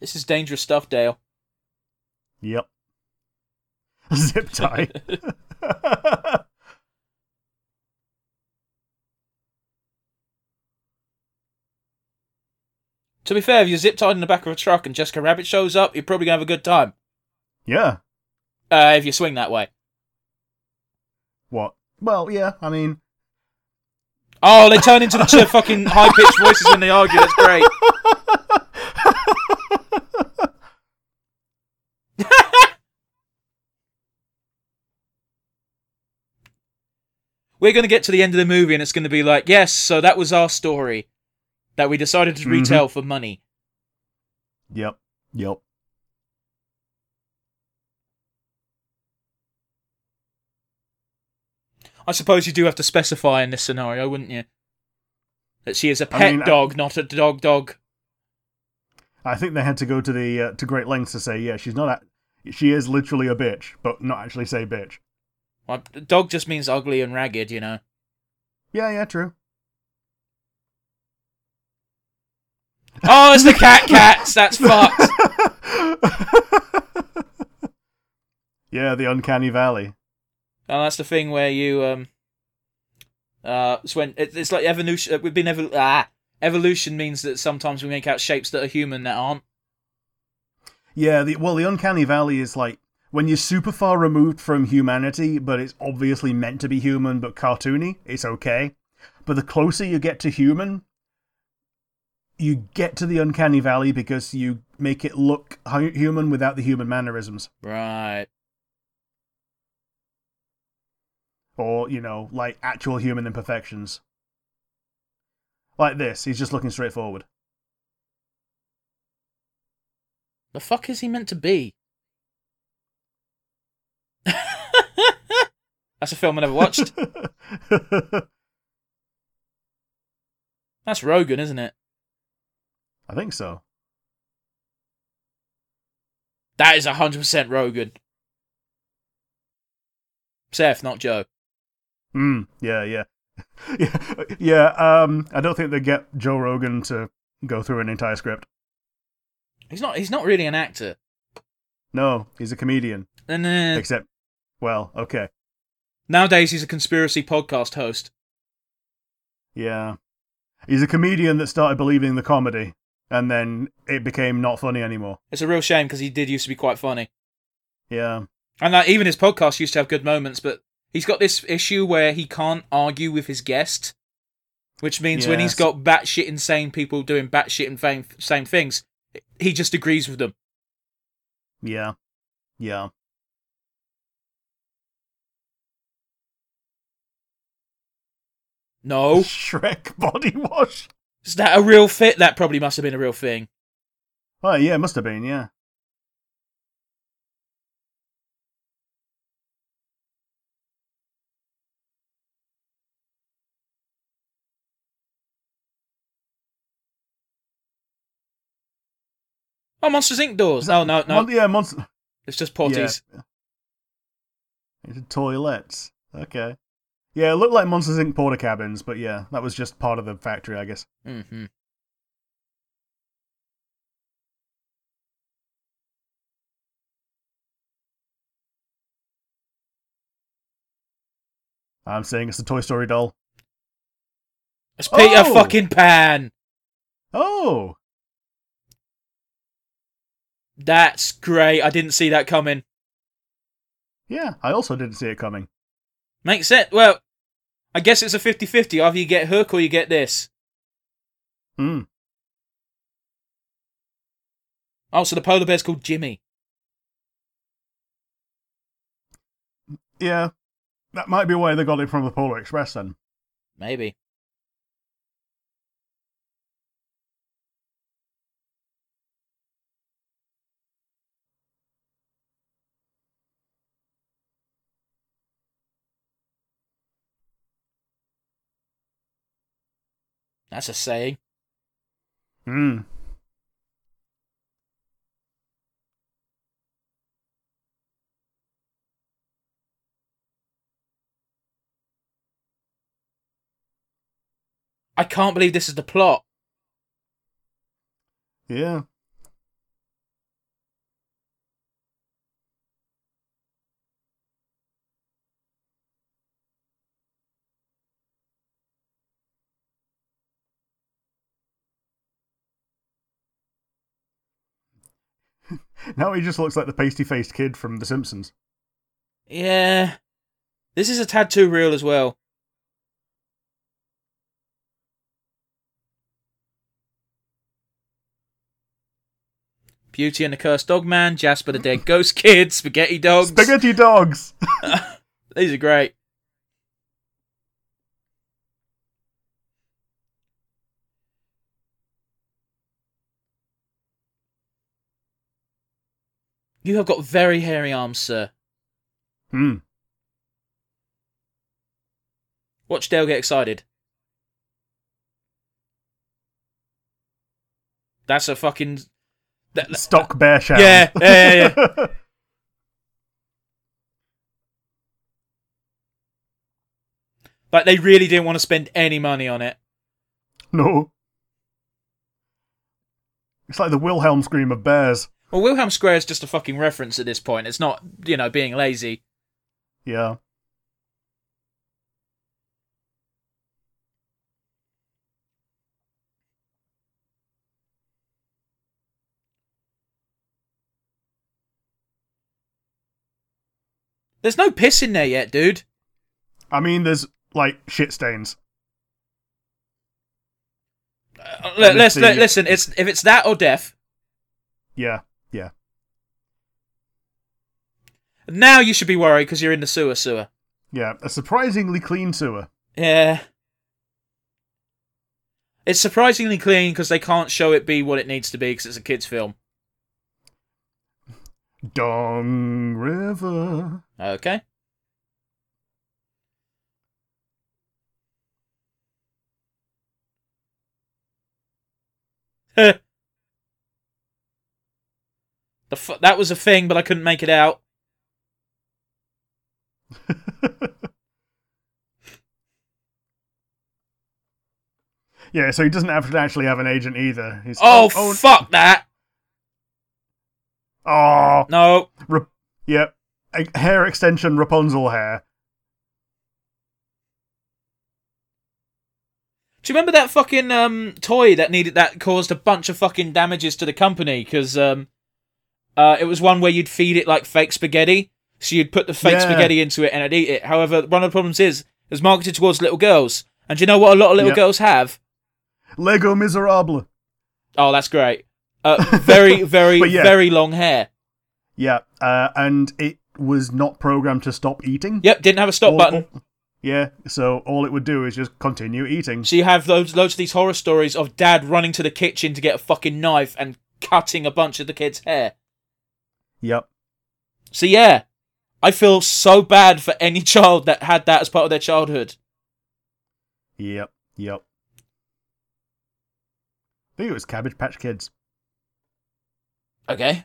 This is dangerous stuff, Dale. Yep. [laughs] Zip tie. To be fair, if you're zip tied in the back of a truck and Jessica Rabbit shows up, you're probably gonna have a good time. yeah. Uh, if you swing that way. What? Well, yeah, I mean. Oh, they turn into the [laughs] two fucking high pitched voices when they argue. That's great. We're going to get to the end of the movie and it's going to be like, yes, so that was our story that we decided to Mhm. retell for money. Yep. Yep. I suppose you do have to specify in this scenario, wouldn't you? That she is a I pet mean, I- dog, not a dog dog. I think they had to go to the uh, to great lengths to say, yeah, she's not. A, she is literally a bitch, but not actually say bitch. Well, dog just means ugly and ragged, you know. Yeah, yeah, true. [laughs] Oh, it's the cat cats. [laughs] That's fucked. yeah, the uncanny valley. And that's the thing where you um uh it's when it, it's like evolution uh, we've been evol- ah evolution means that sometimes we make out shapes that are human that aren't. Yeah, the well, the uncanny valley is like when you're super far removed from humanity, but it's obviously meant to be human, but cartoony. It's okay, but the closer you get to human, you get to the uncanny valley because you make it look hu- human without the human mannerisms. Right. or you know like actual human imperfections like this he's just looking straight forward [laughs] The fuck is he meant to be? [laughs] That's a film I never [laughs] watched. That's Rogan, isn't it? i think so That is 100% Rogan. Seth, not Joe. mm, yeah yeah [laughs] yeah yeah um i don't think they get joe rogan to go through an entire script He's not he's not really an actor. no he's a comedian And uh, except well okay nowadays he's a conspiracy podcast host. Yeah. He's a comedian that started believing the comedy and then it became not funny anymore. It's a real shame because he did used to be quite funny. Yeah. And like even his podcast used to have good moments, but he's got this issue where he can't argue with his guest, which means when he's Yes. got batshit insane people doing batshit insane same things, he just agrees with them. Yeah. Yeah. No, [laughs] Shrek body wash. is that a real fit? That probably must have been a real thing. Oh yeah, it must have been, yeah. Oh, Monsters Inc. doors. Is No, that- no, no. Mon- yeah, monster it's just potties. It's [laughs] toilets. Okay. Yeah, it looked like Monsters Inc. porta cabins, but yeah, that was just part of the factory, I guess. hmm I'm saying it's a Toy Story doll. It's Peter Oh! fucking Pan. Oh, That's great. I didn't see that coming. yeah, I also didn't see it coming. Makes sense. Well, I guess it's a 50-50. Either you get Hook or you get this. Hmm. Oh, so the polar bear's called Jimmy. Yeah, that might be why they got it from the Polar Express then. Maybe. That's a saying. Hmm. I can't believe this is the plot. Yeah. [laughs] now he just looks like the pasty faced kid from The Simpsons. Yeah. This is a tad too real as well. Beauty and the Cursed Dog Man, Jasper the Dead Ghost [laughs] Kid, Spaghetti Dogs. Spaghetti dogs! [laughs] These are great. You have got very hairy arms, sir. Hmm. Watch Dale get excited. That's a fucking. that- that- Stock bear shower. Yeah, yeah, yeah, like they really didn't want to spend any money on it. [laughs] no. It's like the Wilhelm scream of bears. Well, Wilhelm Square is just a fucking reference at this point. It's not, you know, being lazy. Yeah. There's no piss in there yet, dude. I mean, there's like shit stains. Uh, let, let's see. let, listen. It's if it's that or death. Yeah, yeah. Now you should be worried because you're in the sewer. Sewer. Yeah, a surprisingly clean sewer. Yeah. It's surprisingly clean because they can't show it be what it needs to be because it's a kids' film. Dong River. [laughs] Okay. [laughs] the f- that was a thing, but I couldn't make it out. yeah, so he doesn't have to actually have an agent either. He's Oh, fuck that! Oh, No, Ra- yep. A- Hair extension, Rapunzel hair. do you remember that fucking um toy that needed that caused a bunch of fucking damages to the company because um uh it was one where you'd feed it like fake spaghetti, so you'd put the fake Yeah. spaghetti into it and it'd eat it. However, one of the problems is it was marketed towards little girls, and do you know what a lot of little Yep. girls have? Lego Miserable. Oh, that's great. [laughs] Uh, very, very, But yeah. very long hair. Yeah, uh, and it was not programmed to stop eating. Yep, didn't have a stop All- button. all- yeah, so all it would do is just continue eating. So you have loads, loads of these horror stories of dad running to the kitchen to get a fucking knife and cutting a bunch of the kid's hair. Yep. So yeah, I feel so bad for any [laughs] child that had that as part of their childhood. Yep. Yep. I think it was Cabbage Patch Kids. [laughs] Okay.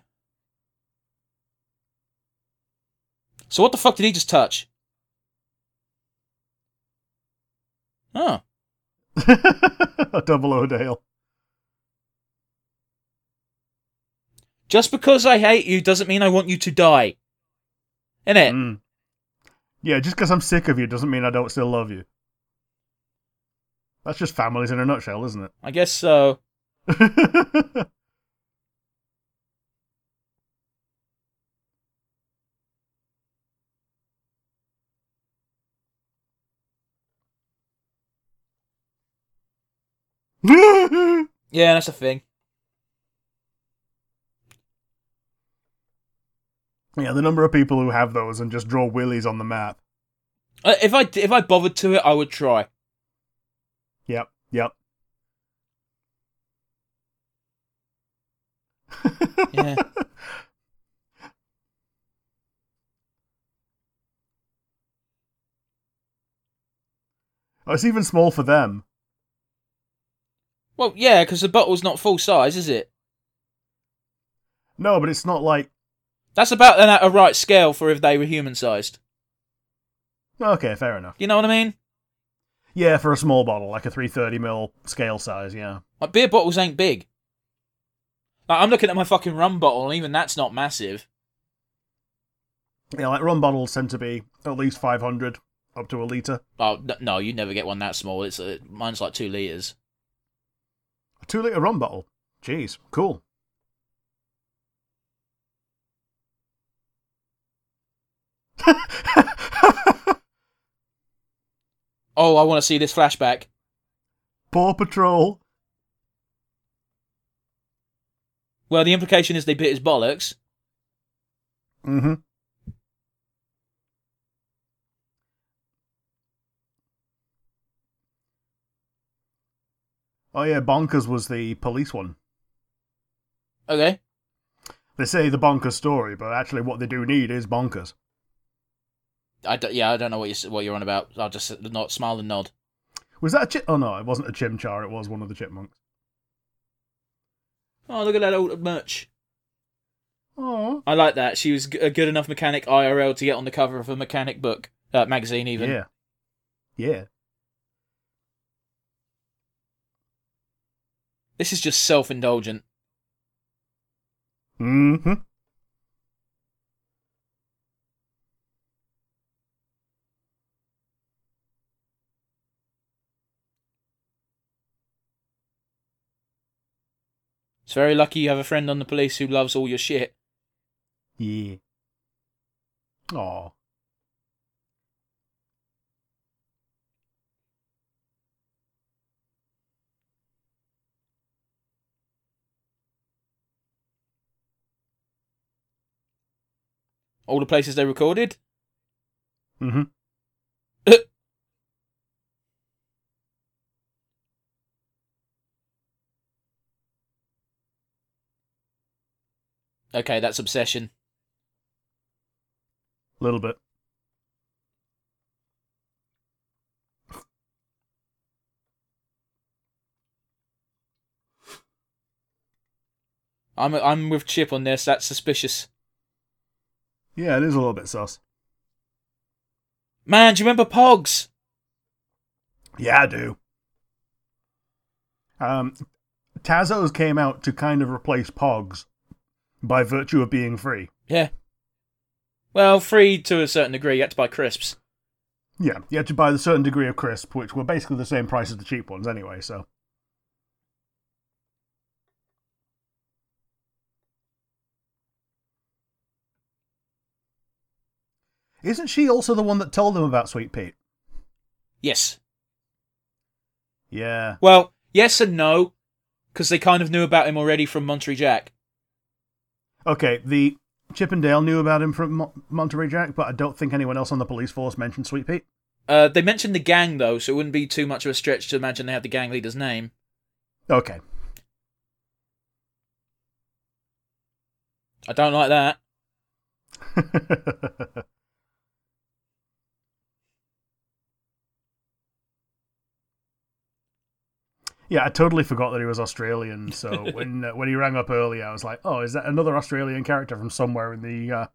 So what the fuck did he just touch? Oh, A double O'Dale. just because I hate you doesn't mean I want you to die. Innit? Mm. Yeah, just because I'm sick of you doesn't mean I don't still love you. That's just families in a nutshell, isn't I guess so. [laughs] it? Yeah, that's a thing. yeah, the number of people who have those and just draw willies on the map. Uh, If I if I bothered to it, I would try. Yep, yep. Yeah. Oh, it's even small for them. Well, yeah, because the bottle's not full size, is it? No, but it's not like That's about an, a right scale for if they were human sized. okay, fair enough. You know what I mean? Yeah, for a small bottle, like a 330 ml scale size, yeah. Like beer bottles ain't big. Like I'm looking at my fucking rum bottle, and even that's not massive. Yeah, like rum bottles tend to be at least 500 up to a liter. Oh n- no, you never get one that small. It's uh, mine's like two liters. A 2 liter rum bottle. Jeez, cool. Oh, I want to see this flashback. Paw Patrol. Well, the implication is they bit his bollocks. Mhm. Oh yeah, Bonkers was the police one. Okay. They say the bonkers story, but actually what they do need is bonkers. I don't, yeah, I don't know what you're what you're on about. I'll just s- not smile and nod. Was that a chip? Oh no, it wasn't a chimchar. It was one of the chipmunks. Oh, look at that old merch. Oh I like that. She was g- a good enough mechanic IRL to get on the cover of a mechanic book, uh, magazine even. yeah, yeah. This is just self-indulgent. Mm-hmm. It's very lucky you have a friend on the police who loves all your shit. Yeah. Oh. All the places they recorded. Mm-hmm. [coughs] Okay, that's obsession. A little bit. I'm I'm with Chip on this. That's suspicious. Yeah, it is a little bit sus. Man, do you remember Pogs? Yeah, I do. Um, Tazos came out to kind of replace Pogs by virtue of being free. Yeah. Well, free to a certain degree. You had to buy crisps. Yeah, you had to buy the certain degree of crisp, which were basically the same price as the cheap ones anyway, so. Isn't she also the one that told them about Sweet Pete? Yes. Yeah. Well, yes and no, because they kind of knew about him already from Monterey Jack. Okay, the Chippendale knew about him from Mo- Monterey Jack, but I don't think anyone else on the police force mentioned Sweet Pete. Uh, they mentioned the gang though, so it wouldn't be too much of a stretch to imagine they had the gang leader's name. Okay. [laughs] I don't like that. yeah, I totally forgot that he was Australian. So when uh, when he rang up earlier, I was like, "Oh, is that another Australian character from somewhere in the uh,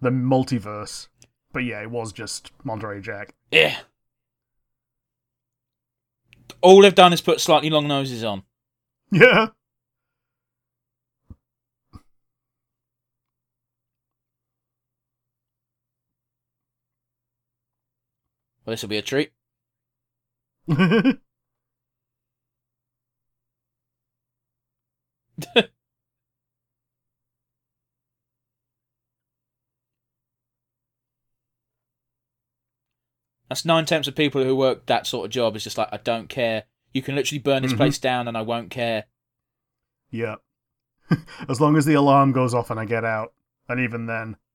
the multiverse?" But yeah, it was just Monterey Jack. [laughs] Yeah. All they've done is put slightly long noses on. Yeah. [laughs] Well, this will be a treat. That's nine tenths of people who work that sort of job. It's just like I don't care. You can literally burn this Mhm. place down, and I won't care. [laughs] yeah. [laughs] as long as the alarm goes off and I get out, and even then, [laughs]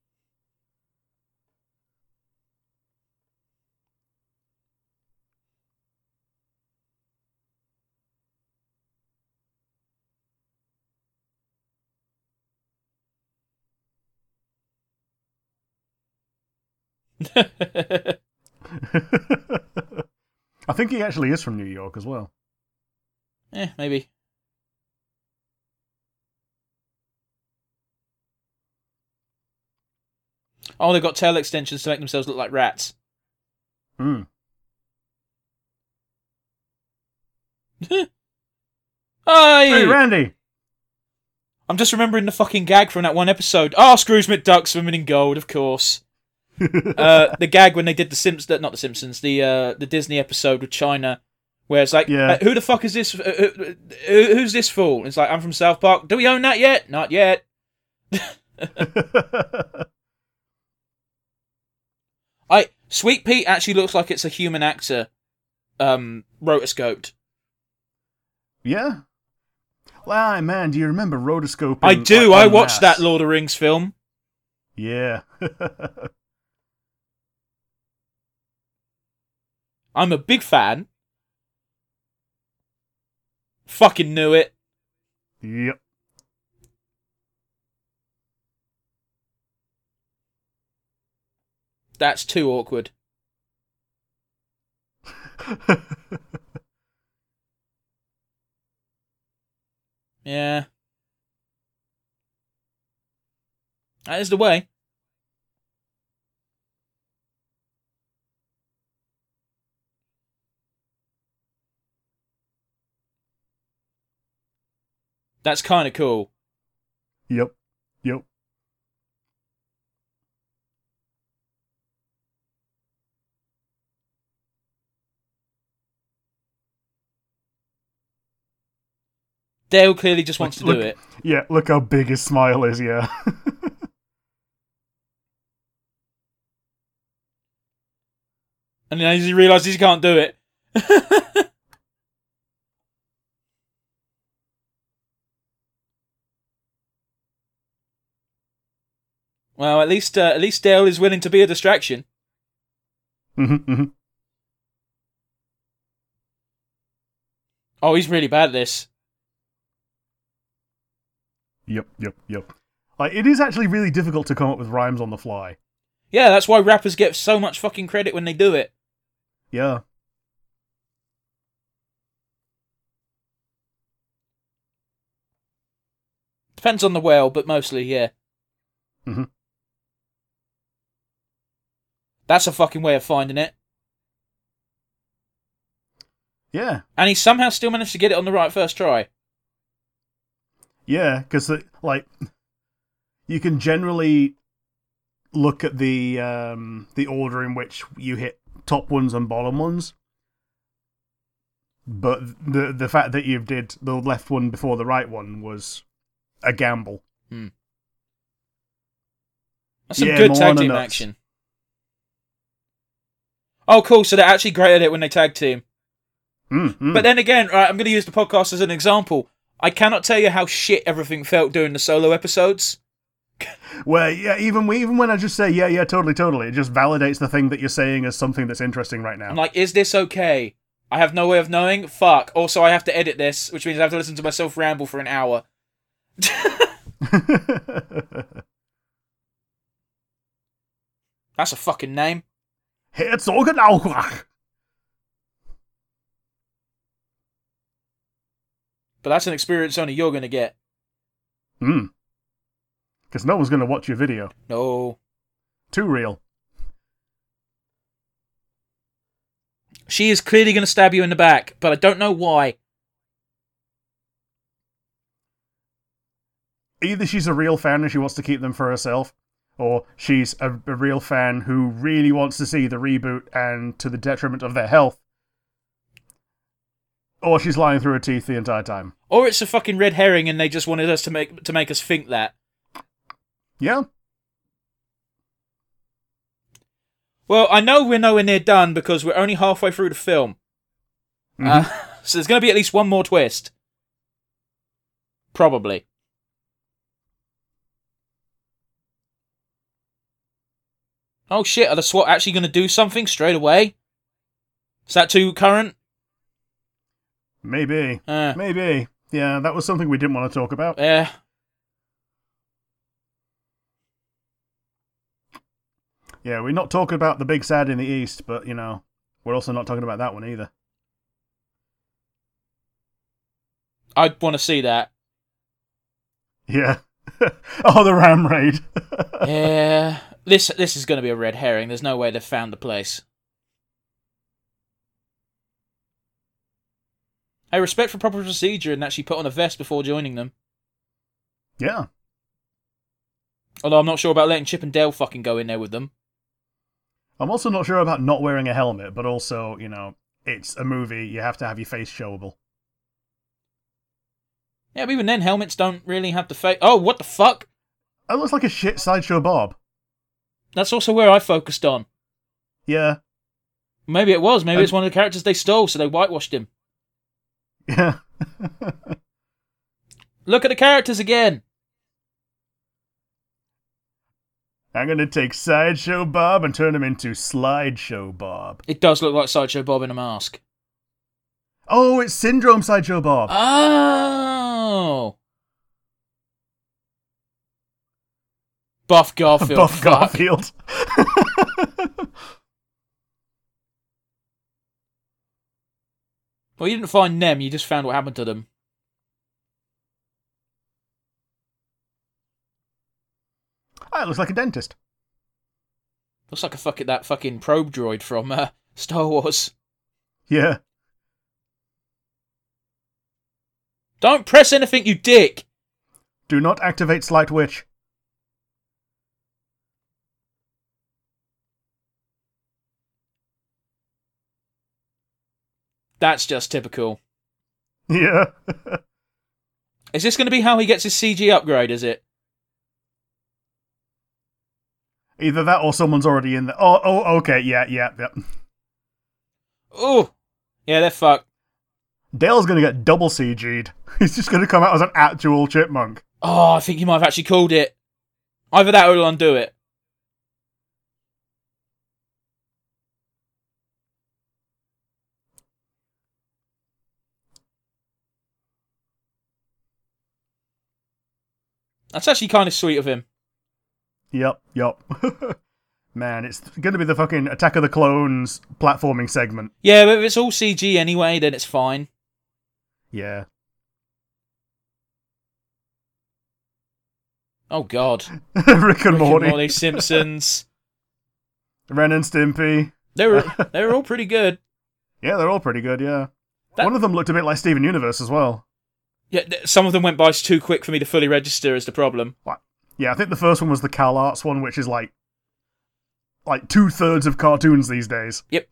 I think he actually is from New York as well. eh, maybe. Oh, they've got tail extensions to make themselves look like rats. [laughs] Hmm. Hey, Hey, Randy. I'm just remembering the fucking gag from that one episode. Ah, Scrooge McDuck swimming in gold, of course. uh, the gag when they did the Simpsons, not the Simpsons, the uh, the Disney episode with China, where it's like, Yeah. uh, who the fuck is this? Uh, who, who- who's this fool? And it's like, I'm from South Park. Do we own that yet? Not yet. Uh, I Sweet Pete actually looks like it's a human actor, um, rotoscoped. [laughs] yeah. Wow, man, do you remember rotoscoping? I do. like, I en watched masse? that Lord of the Rings film. Yeah. [laughs] I'm a big fan. Fucking knew it. yep. [laughs] That's too awkward. Yeah. That is the way. That's kind of cool. yep. Yep. Dale clearly just wants to do Look- it. Yeah, look how big his smile is, yeah. [laughs] And then he realizes he can't do it. [laughs] well, at least uh, at least Dale is willing to be a distraction. Mhm, mhm. Oh, he's really bad at this. yep, yep, yep. Like, it is actually really difficult to come up with rhymes on the fly. Yeah, that's why rappers get so much fucking credit when they do it. Yeah. Depends on the whale, but mostly, yeah. Mhm. That's a fucking way of finding it. Yeah. And he somehow still managed to get it on the right first try. Yeah, because like you can generally look at the um, the order in which you hit top ones and bottom ones, but the the fact that you did the left one before the right one was a gamble. That's some Yeah, good tag Moana team nuts. action. Oh, cool. So they actually graded it when they tag team. Mm, mm. But then again, right, I'm going to use the podcast as an example. I cannot tell you how shit everything felt during the solo episodes. Well, yeah, even we, even when I just say yeah, yeah, totally, totally, it just validates the thing that you're saying as something that's interesting right now. [laughs] I'm like, is this okay? I have no way of knowing. Fuck. Also, I have to edit this, which means I have to listen to myself ramble for an hour. That's a fucking name. Herzogenaurach. But that's an experience only you're going to get. Mm. Because no one's going to watch your video. No. Too real. She is clearly going to stab you in the back, but I don't know why. Either she's a real fan and she wants to keep them for herself, or she's a, a real fan who really wants to see the reboot and to the detriment of their health. Or she's lying through her teeth the entire time. Or it's a fucking red herring and they just wanted us to make to make us think that. Yeah? Well, I know we're nowhere near done because we're only halfway through the film. Mm-hmm. Uh, so there's going to be at least one more twist. Probably. Oh shit, are the SWAT actually going to do something straight away? Is that too current? Maybe. Uh, Maybe. Yeah, that was something we didn't want to talk about. yeah. Yeah, we're not talking about the big sad in the east, but, you know, we're also not talking about that one either. I want to see that. Yeah. [laughs] oh, the ram raid. [laughs] yeah. Uh, This this is going to be a red herring. There's no way they've found the place. Hey, respect for proper procedure and that she put on a vest before joining them. yeah. Although I'm not sure about letting Chip and Dale fucking go in there with them. I'm also not sure about not wearing a helmet, but also, you know, it's a movie. You have to have your face showable. Yeah, but even then, helmets don't really have the face. Oh, what the fuck? That looks like a shit sideshow Bob. That's also where I focused on. Yeah, [laughs] Maybe it was. Maybe Um, it's one of the characters they stole, so they whitewashed him. yeah. Look at the characters again. I'm gonna take sideshow Bob and turn him into slideshow Bob. It does look like Sideshow Bob in a mask. Oh, it's syndrome sideshow Bob. Oh. Buff [laughs] Garfield. Buff fuck. Garfield. [laughs] Well, you didn't find them, you just found what happened to them. Ah, it looks like a dentist. Looks like a fuck that fucking probe droid from uh, Star Wars. Yeah. Don't press anything, you dick! Do not activate Slight Witch. [laughs] That's just typical. Yeah. [laughs] Is this going to be how he gets his CG upgrade, is it? Either that or someone's already in there. Oh, oh, okay. Yeah, yeah, yeah. Oh! Yeah, they're fucked. Dale's gonna get double CG'd. [laughs] He's just gonna come out as an actual chipmunk. Oh, I think you might have actually called it. Either that or it'll undo it. That's actually kind of sweet of him. Yep, yep. [laughs] Man, it's going to be the fucking Attack of the Clones platforming segment. Yeah, but if it's all CG anyway, then it's fine. Yeah. [laughs] Oh God, Rick and Rick Morty. and Morty, Simpsons. Ren and Stimpy. They were they were all pretty good. Yeah, they're all pretty good, yeah. That- One of them looked a bit like Steven Universe as well. Yeah, th- some of them went by too quick for me to fully register. Is the problem? Yeah, I think the first one was the Cal Arts one, which is like like two thirds of cartoons these days. Yep.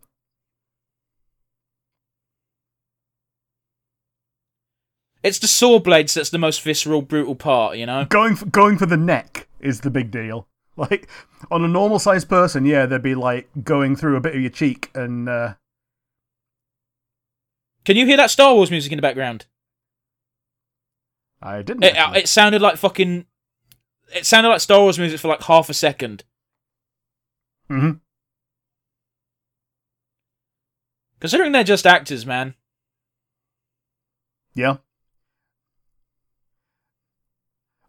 It's the saw blades that's the most visceral, brutal part. You know. Going for, going for the neck is the big deal. Like on a normal sized person, yeah, they'd be like going through a bit of your cheek and uh, Can you hear that Star Wars music in the background? I didn't. It, uh, actually. it sounded like fucking. It sounded like Star Wars music for like half a second. Mhm. Considering they're just actors, man. Yeah.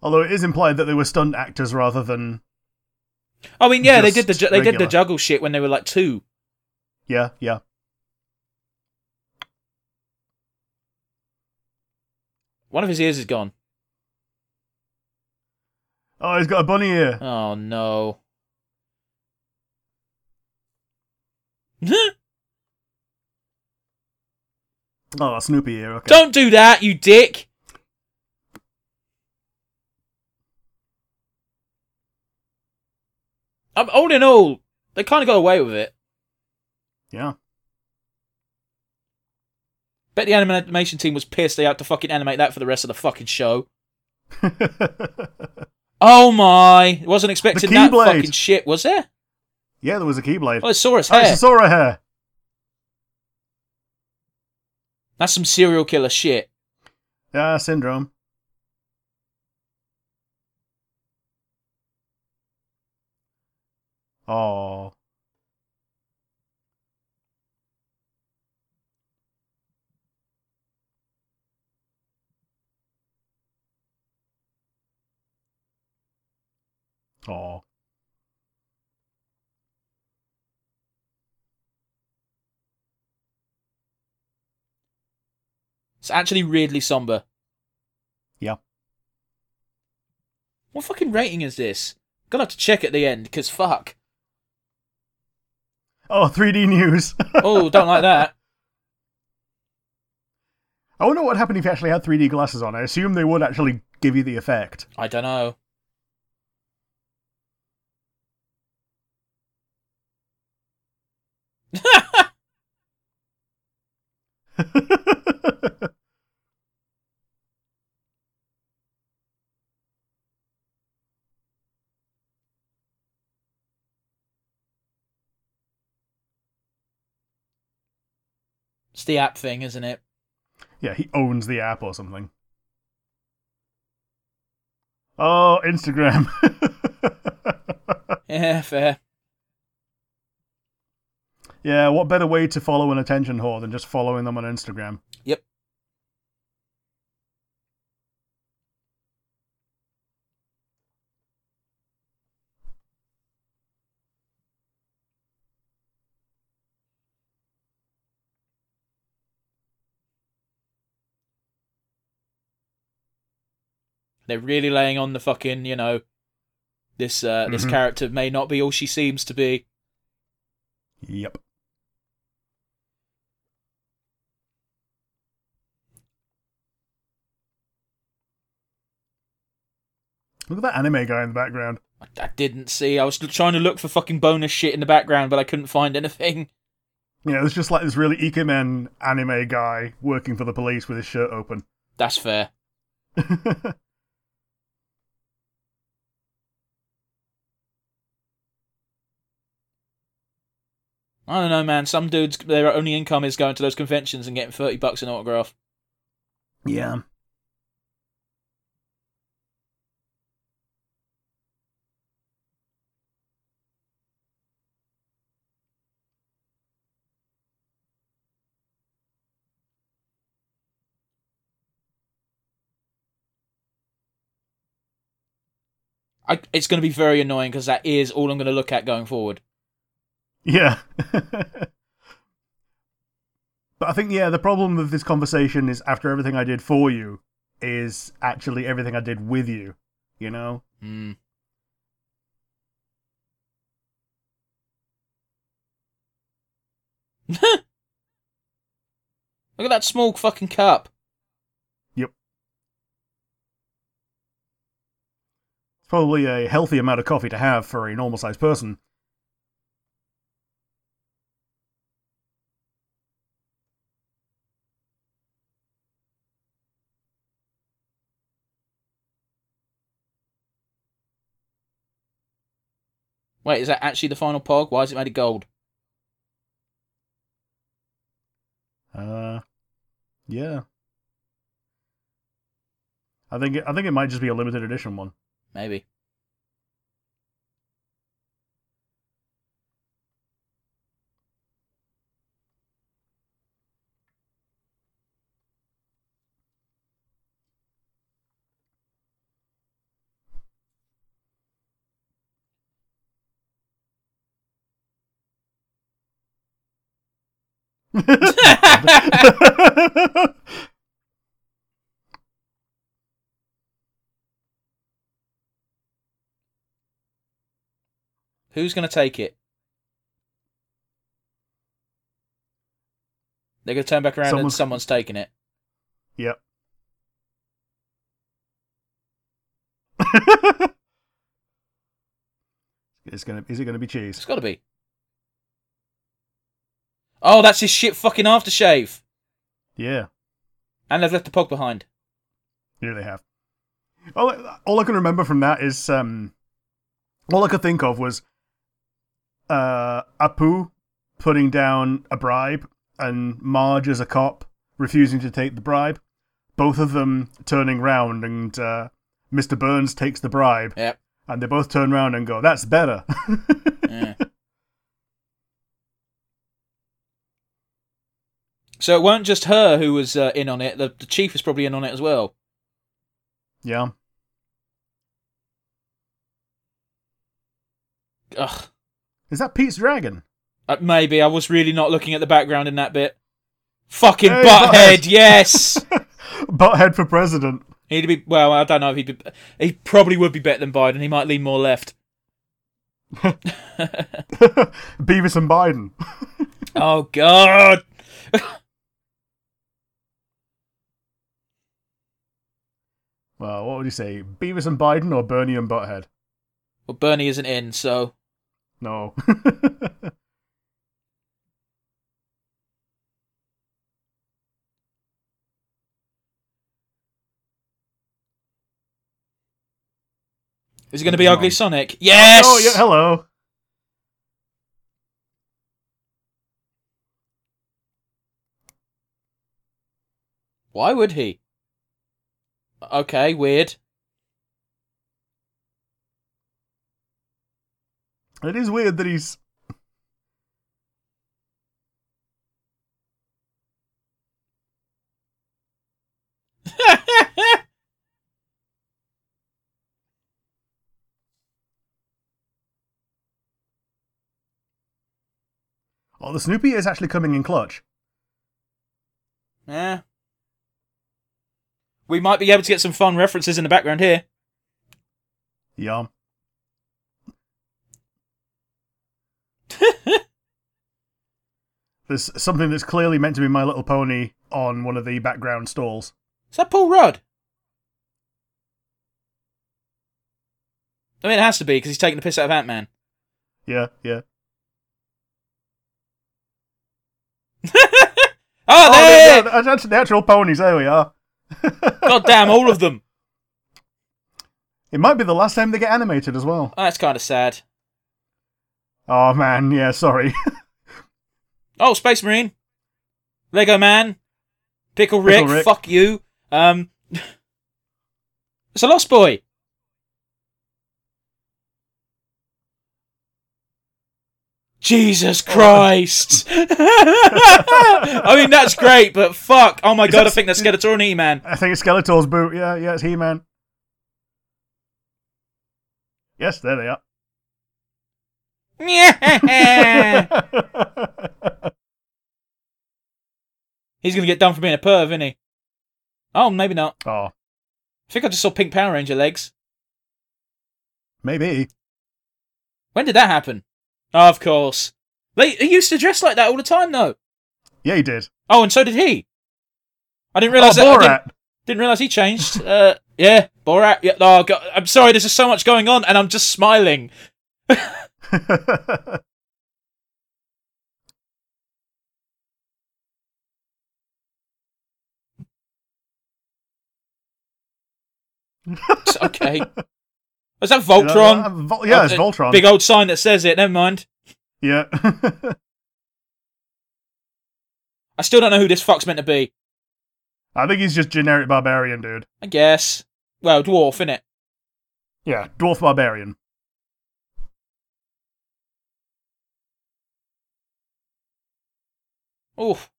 Although it is implied that they were stunt actors rather than I mean, yeah, they Just did the ju- they did the regular. juggle shit when they were like two. yeah, yeah. One of his ears is gone. Oh, he's got a bunny ear. Oh no. [laughs] Oh, Snoopy ear. Okay. Don't do that, you dick. Um, all in all, they kind of got away with it. Yeah. Bet the animation team was pissed they had to fucking animate that for the rest of the fucking show. Oh my! Wasn't expecting that Keyblade. fucking shit, was there? [laughs] yeah, there was a keyblade. Oh, I saw his Oh, it's hair. a Sora hair. That's some serial killer shit. Yeah, syndrome. Oh. Oh. It's actually weirdly somber. Yeah. What fucking rating is this? Gonna have to check at the end, because fuck. Oh, 3D news. [laughs] Oh, don't like that. I wonder what would happen if you actually had 3D glasses on. I assume they would actually give you the effect. [laughs] I don't know. It's the app thing, isn't it? Yeah, he owns the app or something. Oh, Instagram. [laughs] Yeah, fair. yeah, what better way to follow an attention whore than just following them on Instagram? Yep. They're really laying on the fucking, you know, this uh, this Mhm. character may not be all she seems to be. Yep. Look at that anime guy in the background. I, I didn't see. I was trying to look for fucking bonus shit in the background, but I couldn't find anything. Yeah, there's just like this really Ikemen anime guy working for the police with his shirt open. [laughs] That's fair. I don't know, man. Some dudes, their only income is going to those conventions and getting thirty bucks an autograph. yeah. I, it's going to be very annoying because that is all I'm going to look at going forward. Yeah. but I think yeah, the problem with this conversation is after everything I did for you is actually everything I did with you. You know. [laughs] Mm. Look at that small fucking cup. It's probably a healthy amount of coffee to have for a normal sized person. Wait, is that actually the final pog? Why is it made of gold? Uh, yeah. I think it, I think it might just be a limited edition one. [laughs] Maybe. Who's going to take it? They're going to turn back around and Someone's- someone's taking it. yep. it's gonna. Is it gonna be It's cheese? got to be. Oh, that's his shit fucking aftershave. Yeah. And they've left the pog behind. Yeah, they have. All, I- all I can remember from that is um, all I could think of was uh, Apu putting down a bribe and Marge as a cop refusing to take the bribe. Both of them turning round and uh, Mr. Burns takes the bribe Yep. and they both turn round and go, "That's better." Yeah. so it weren't just her who was uh, in on it. The, the chief was probably in on it as well. [laughs] yeah. Ugh. Is that Pete's dragon? [laughs] Uh, maybe I was really not looking at the background in that bit. Fucking Hey, butthead, butthead. [laughs] yes. Butthead for president. [laughs] He'd be well. I don't know if he'd be. He probably would be better than Biden. He might lean more left. Beavis and Biden. Oh God. Well, what would you say? Beavis and Biden or Bernie and Butthead? Well, Bernie isn't in, so No. [laughs] is it going to be Come Ugly on. Sonic? Yes. Oh, yeah, hello. Why would he? Okay, weird. It is weird that he's. Oh, the Snoopy is actually coming in clutch. yeah. We might be able to get some fun references in the background here. [laughs] Yum. There's something that's clearly meant to be My Little Pony on one of the background stalls. Is that Paul Rudd? I mean, it has to be because he's taking the piss out of Ant Man. Yeah, yeah. Oh, there! the, the, the, the actual ponies, there we are. [laughs] God damn, all of them. It might be the last time they get animated as well. Oh, that's kind of sad. Oh man, yeah, sorry. [laughs] Oh, Space Marine, Lego Man, Pickle Rick, Pickle Rick. fuck you. Um, [laughs] it's a Lost Boy. Jesus Christ! [laughs] I mean, that's great, but fuck! Oh my Is god, that- I think that's Skeletor and E-Man. I think it's Skeletor's boot. Yeah, yeah, it's He Man. Yes, there they are. [laughs] Yeah. He's gonna get done for being a perv, isn't he? Oh, maybe not. oh, I think I just saw pink Power Ranger legs. maybe. When did that happen? Oh, of course. They he used to dress like that all the time, though. Yeah, he did. Oh, and so did he. I didn't Oh, realize that. I didn't- Borat. Didn't realize he changed. Uh, yeah, Borat. Yeah, oh, God, I'm sorry. There's just so much going on, and I'm just smiling. It's okay. Is that You know, Voltron? uh, Vol- yeah, Oh, it's uh, Voltron. Big old sign that says it. Never mind. yeah. [laughs] I still don't know who this fuck's meant to be. I think he's just generic barbarian, dude. I guess. Well, dwarf, innit? Yeah, dwarf barbarian. [laughs] Oof.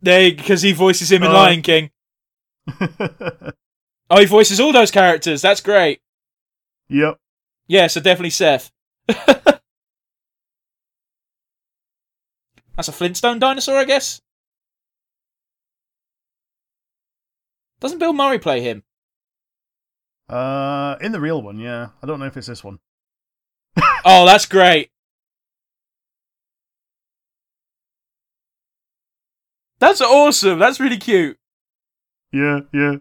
There, because he voices him in Oh. Lion King. Oh, he voices all those characters. That's great. yep. Yeah, so definitely Seth. [laughs] That's a Flintstone dinosaur, I guess. Doesn't Bill Murray play him? Uh, in the real one, yeah. I don't know if it's this one. Oh, that's great. That's awesome. That's really cute. Yeah, yeah.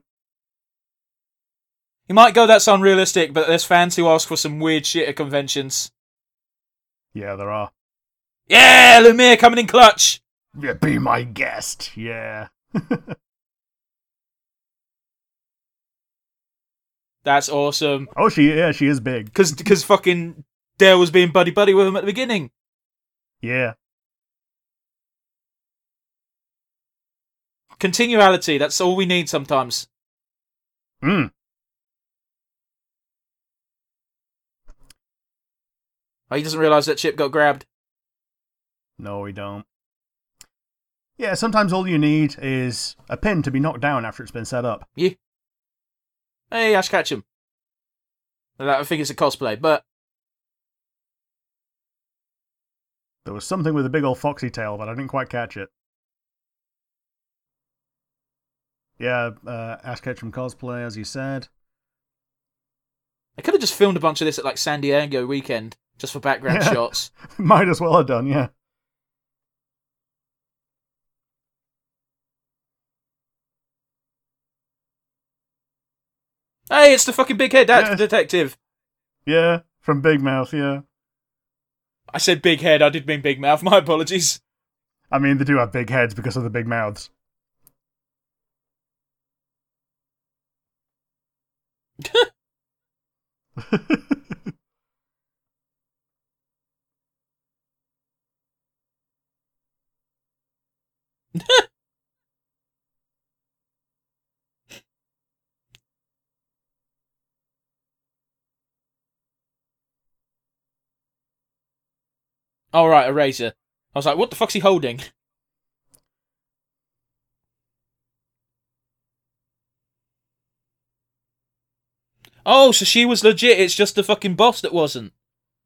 You might go, that's unrealistic, but there's fans who ask for some weird shit at conventions. Yeah, there are. Yeah, Lumiere coming in clutch. Yeah, be my guest. Yeah. That's awesome. Oh, she yeah, she is big. Because because fucking Dale was being buddy buddy with him at the beginning. Yeah. Continuality. That's all we need sometimes. Mm. Oh, he doesn't realize that Chip got grabbed. No, we don't. Yeah, sometimes all you need is a pin to be knocked down after it's been set up. Hey, Ash Ketchum. I think it's a cosplay, but There was something with a big old foxy tail, but I didn't quite catch it. Yeah, uh, Ash Ketchum cosplay, as you said. [laughs] I could have just filmed a bunch of this at like San Diego weekend just for background Yeah. shots. Might as well have done, yeah. Hey, it's the fucking big head Yeah. That's the detective. Yeah, from Big Mouth, yeah. I said big head. I did mean big mouth. [laughs] My apologies. I mean, they do have big heads because of the big mouths. All Oh, right, eraser. I was like, what the fuck's he holding? [laughs] Oh, so she was legit. It's just the fucking boss that wasn't.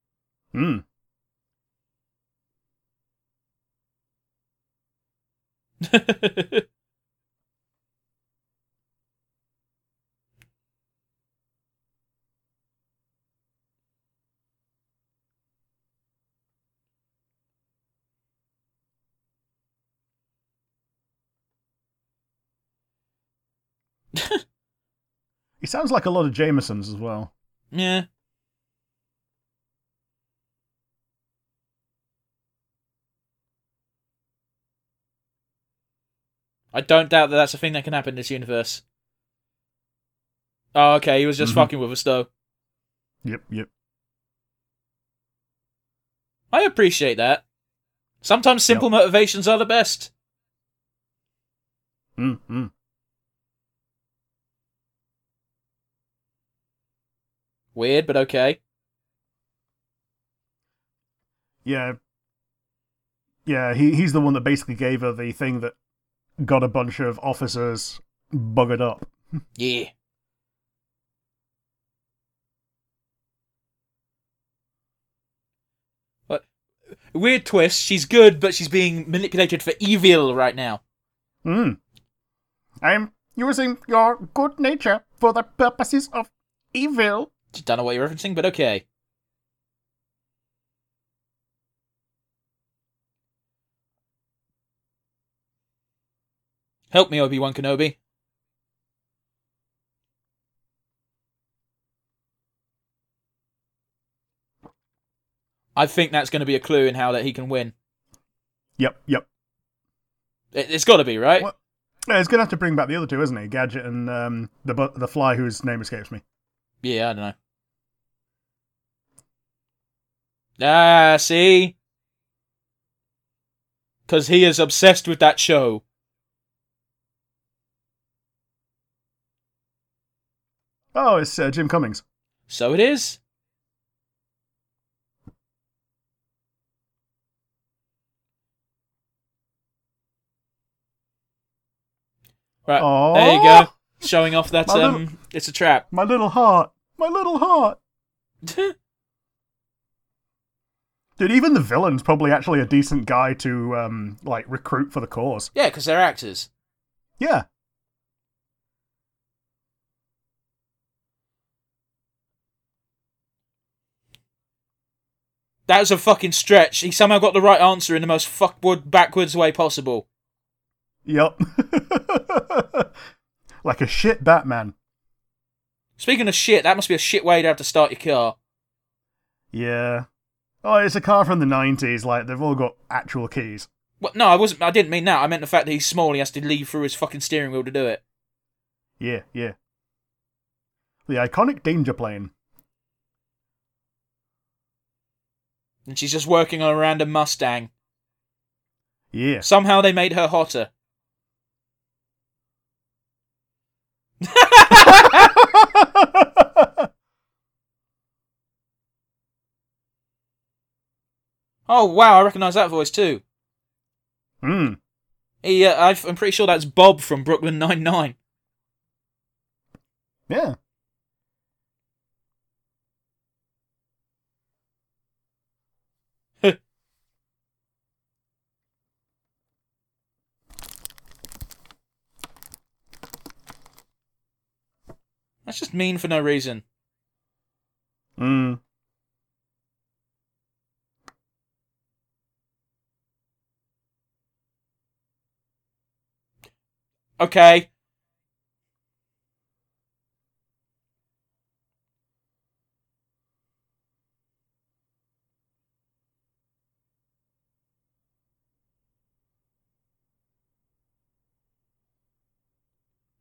[laughs] Hmm. He sounds like a lot of Jamesons as well. yeah. I don't doubt that that's a thing that can happen in this universe. Oh, okay. He was just Mhm. fucking with us, though. Yep, yep. I appreciate that. Sometimes simple motivations are the best. Mm, mm. Weird, but okay. Yeah. Yeah, he, he's the one that basically gave her the thing that got a bunch of officers buggered up. Yeah. weird twist. She's good, but she's being manipulated for evil right now. Hmm. I'm using your good nature for the purposes of evil. Don't know what you're referencing, but okay. Help me, Obi Wan Kenobi. I think that's going to be a clue in how that he can win. Yep, yep. It, it's got to be right. What? Yeah, he's gonna have to bring back the other two, isn't he? Gadget and um, the bu- the fly whose name escapes me. Yeah, I don't know. Ah, see, because he is obsessed with that show. Oh, it's uh, Jim Cummings. So it is. Right. Aww. Uh, There you go. Showing off that My little- um it's a trap. [laughs] My little heart, my little heart. Dude, even the villain's probably actually a decent guy to um, like recruit for the cause. yeah, because they're actors. Yeah. That was a fucking stretch. He somehow got the right answer in the most fuckward backwards way possible. Yep. [laughs] like a shit Batman. Speaking of shit, that must be a shit way to have to start your car. Yeah. Oh, it's a car from the nineties. Like they've all got actual keys. Well, no, I wasn't. I didn't mean that. I meant the fact that he's small. and He has to leave through his fucking steering wheel to do it. Yeah, yeah. The iconic danger plane. And she's just working on a random Mustang. [laughs] Yeah. Somehow they made her hotter. Oh wow, I recognise that voice too. Hmm. He, uh, I've- I'm pretty sure that's Bob from Brooklyn Nine Nine. Yeah. That's just mean for no reason. Hmm. Okay.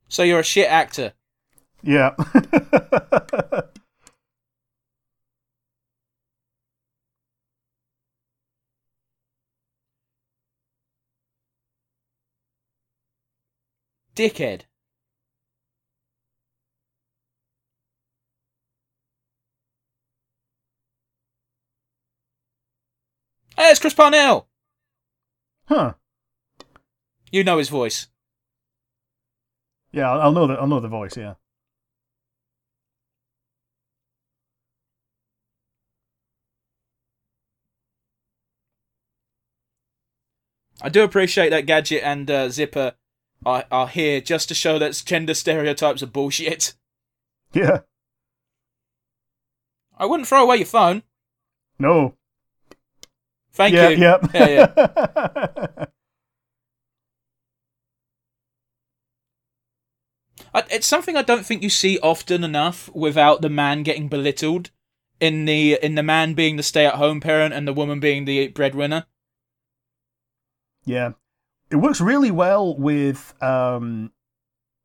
So you're a shit actor. Yeah. [laughs] Dickhead. Hey, it's Chris Parnell! huh. You know his voice. Yeah, I'll I'll know the I'll know the voice. Yeah. I do appreciate that Gadget and uh, Zipper are, are here just to show that gender stereotypes are bullshit. Yeah. I wouldn't throw away your phone. No. Thank yeah, you. Yep. yeah, yeah. I, it's something I don't think you see often enough without the man getting belittled in the in the man being the stay-at-home parent and the woman being the breadwinner. [laughs] Yeah. It works really well with um,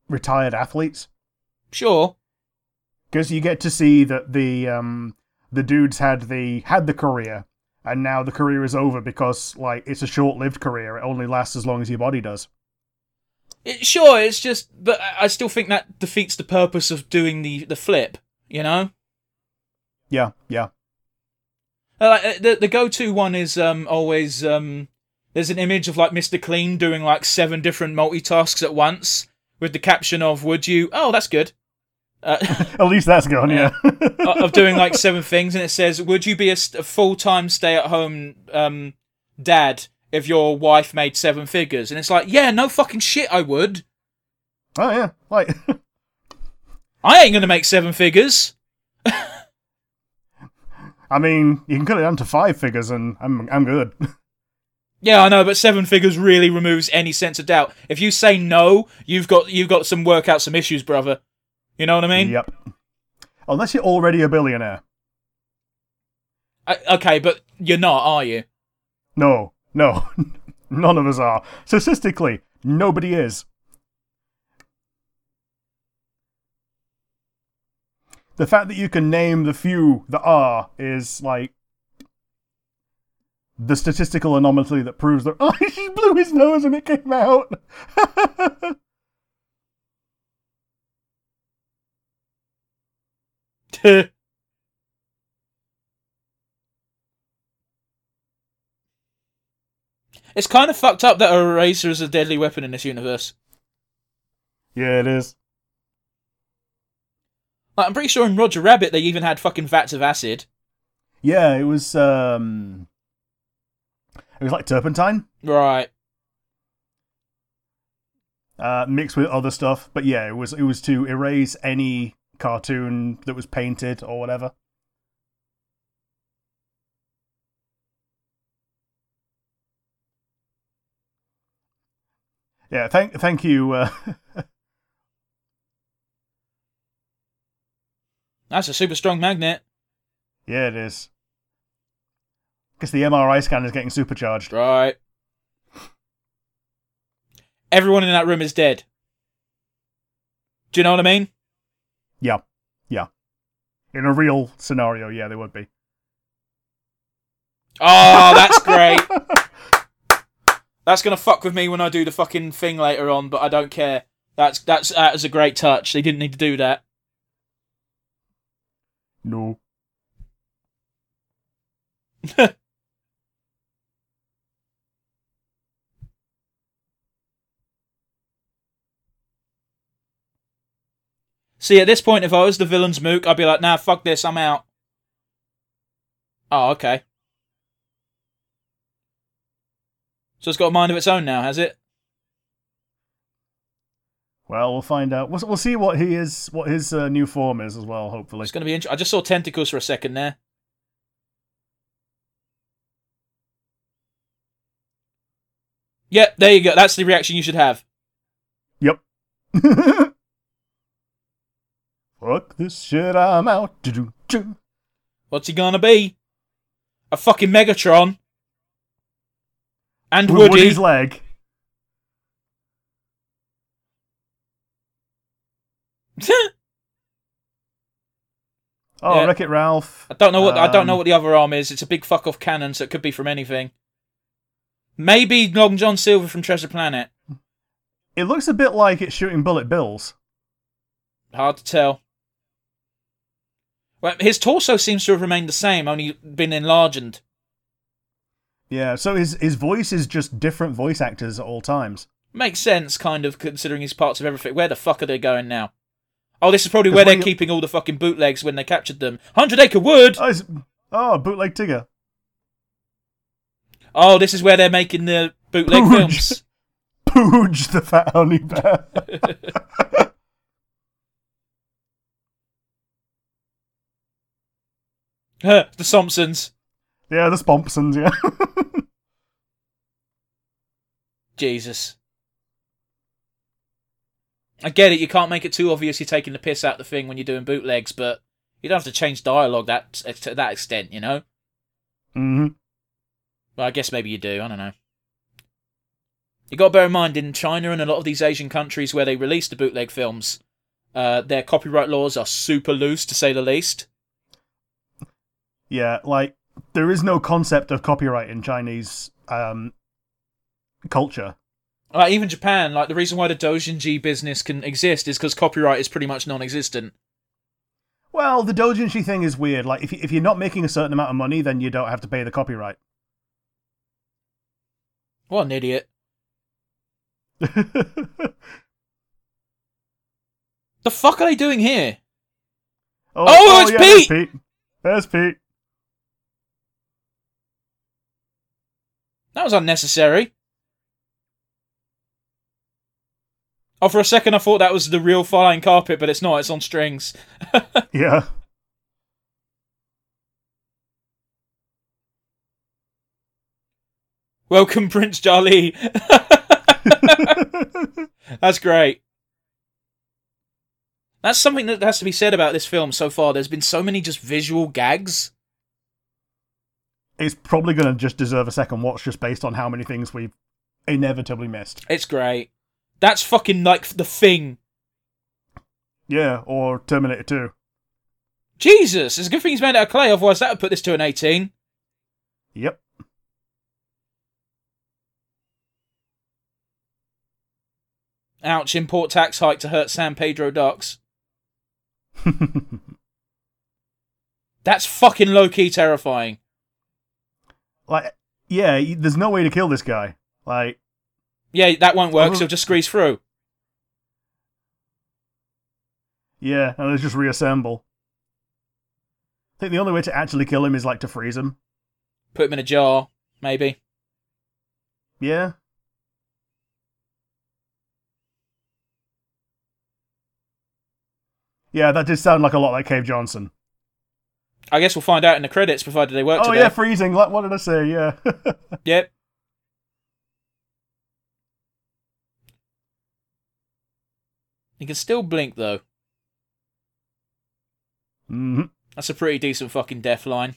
retired athletes Sure. because you get to see that the um, the dudes had the had the career and now the career is over because like it's a short-lived career. It only lasts as long as your body does. It, sure, it's just but I- I still think that defeats the purpose of doing the the flip, you know? Yeah. Yeah. Uh, like, uh, the the go to one is um always um there's an image of like Mr. Clean doing like seven different multitasks at once with the caption of "Would you?" Oh, that's good. Uh, At least that's gone. Yeah. [laughs] of doing like seven things, and it says, "Would you be a, st- a full time stay at home um Dad, if your wife made seven figures. And it's like, yeah, no fucking shit, I would. [laughs] Oh yeah, like [laughs] I ain't gonna make seven figures. I mean, you can cut it down to five figures, and I'm I'm good. Yeah, I know, but seven figures really removes any sense of doubt. If you say no, you've got you've got some work out some issues, brother. You know what I mean? [laughs] yep. Unless you're already a billionaire. I, okay, but you're not, are you? [laughs] No, no, [laughs] none of us are. Statistically, nobody is. The fact that you can name the few that are is like the statistical anomaly that proves that. [laughs] Oh, he blew his nose and it came out. [laughs] it's kind of fucked up that a eraser is a deadly weapon in this universe. yeah, it is. Like, I'm pretty sure in Roger Rabbit they even had fucking vats of acid. Yeah, it was. um It was like turpentine Right. uh, mixed with other stuff. But yeah, it was it was to erase any cartoon that was painted or whatever. Yeah, thank thank you. Uh, [laughs] That's a super strong magnet. yeah, it is. Because the MRI scan is getting supercharged. Right. Everyone in that room is dead. Do you know what I mean? Yeah, yeah. In a real scenario, yeah, they would be. Oh, that's great. That's gonna fuck with me when I do the fucking thing later on, but I don't care. That's that's that is a great touch. They didn't need to do that. No. See, at this point, if I was the villain's mook, I'd be like, nah, fuck this, I'm out. Oh, okay. So it's got a mind of its own now, has it? Well, we'll find out. We'll, we'll see what he is, what his uh, new form is as well. Hopefully. It's gonna be. Int- I just saw tentacles for a second there. Yep, there you go. That's the reaction you should have. Yep. [laughs] Fuck this shit, I'm out. Do-do-do. What's he gonna be? A fucking Megatron. And With Woody. [laughs] Woody's leg. Oh, Yeah. Wreck It Ralph. I don't know what I don't know Um, what the other arm is. It's a big fuck off cannon, so it could be from anything. Maybe Long John Silver from Treasure Planet. It looks a bit like it's shooting bullet bills. Hard to tell. Well, his torso seems to have remained the same, only been enlarged. Yeah, so his, his voice is just different voice actors at all times. Makes sense, kind of, considering he's parts of everything. Where the fuck are they going now? Oh, this is probably 'Cause where they're when you- keeping all the fucking bootlegs when they captured them. Hundred Acre Wood. Oh, it's, oh bootleg Tigger. [laughs] Oh, this is where they're making the bootleg Pooge. films. Pooge the fat honey bear. [laughs] the Thompsons. yeah, the Spompsons, yeah. [laughs] Jesus. I get it, you can't make it too obvious you're taking the piss out of the thing when you're doing bootlegs, but you don't have to change dialogue that to that extent, you know? hmm Well, I guess maybe you do, I don't know. You gotta bear in mind, in China and a lot of these Asian countries where they release the bootleg films, uh, their copyright laws are super loose, to say the least. Yeah, like, there is no concept of copyright in Chinese um, culture. Like, even Japan, like, the reason why the doujinshi business can exist is because copyright is pretty much non existent. Well, the doujinshi thing is weird. Like, if you- if you're not making a certain amount of money, then you don't have to pay the copyright. [laughs] What an idiot. Oh, The fuck are they doing here? Oh, it's Pete! There's Pete. There's Pete. That was unnecessary. Oh, for a second I thought that was the real flying carpet, but it's not. It's on strings. Yeah. [laughs] Welcome, [laughs] Prince Jali. That's great. That's something that has to be said about this film so far. There's been so many just visual gags. it's probably going to just deserve a second watch just based on how many things we've inevitably missed. It's great. That's fucking like the thing. Yeah, or Terminator 2. Jesus, it's a good thing he's made out of clay, otherwise that would put this to an 18. Yep. [laughs] Ouch, import tax hike to hurt San Pedro ducks. That's fucking low key terrifying. Like, yeah, y- there's no way to kill this guy. Like, Yeah, that won't work, Oh. so he'll just squeeze through. yeah, and let's just reassemble. I think the only way to actually kill him is like to freeze him. Put him in a jar, maybe. Yeah. Yeah, that did sound like a lot like Cave Johnson. I guess we'll find out in the credits, provided they work Oh today. yeah, freezing. Like, what did I say? Yeah. [laughs] Yep. He can still blink though. hmm That's a pretty decent fucking death line.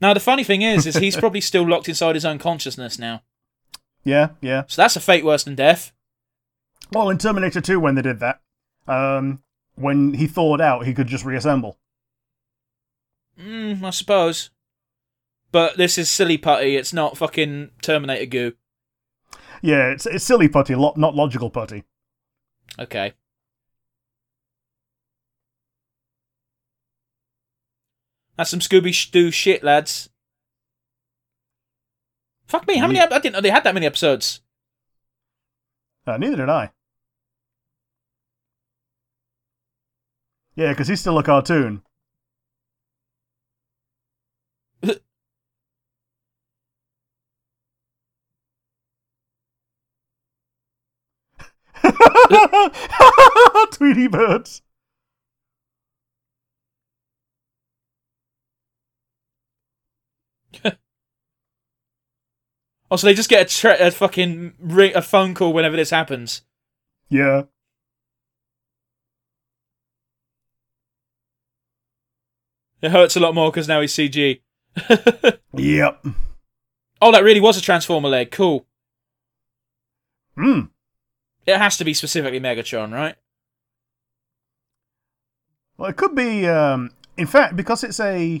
Now the funny thing is, is [laughs] he's probably still locked inside his own consciousness now. Yeah, yeah. So that's a fate worse than death. Well, in Terminator 2, when they did that, um, when he thawed out, he could just reassemble. Mm, I suppose. But this is silly putty. It's not fucking Terminator goo. Yeah, it's it's silly putty, lo- not logical putty. Okay. That's some Scooby Doo shit, lads. Fuck me, how many? Yeah. ep- I didn't know they had that many episodes. Uh, neither did I. Yeah, because he's still a cartoon. [laughs] Tweety birds. Oh, so they just get a, tre- a fucking ring- a phone call whenever this happens. Yeah. It hurts a lot more because now he's CG. Yep. [laughs] Oh, that really was a Transformer leg. Cool. Hmm. It has to be specifically Megatron, right? Well, it could be. Um, in fact, because it's a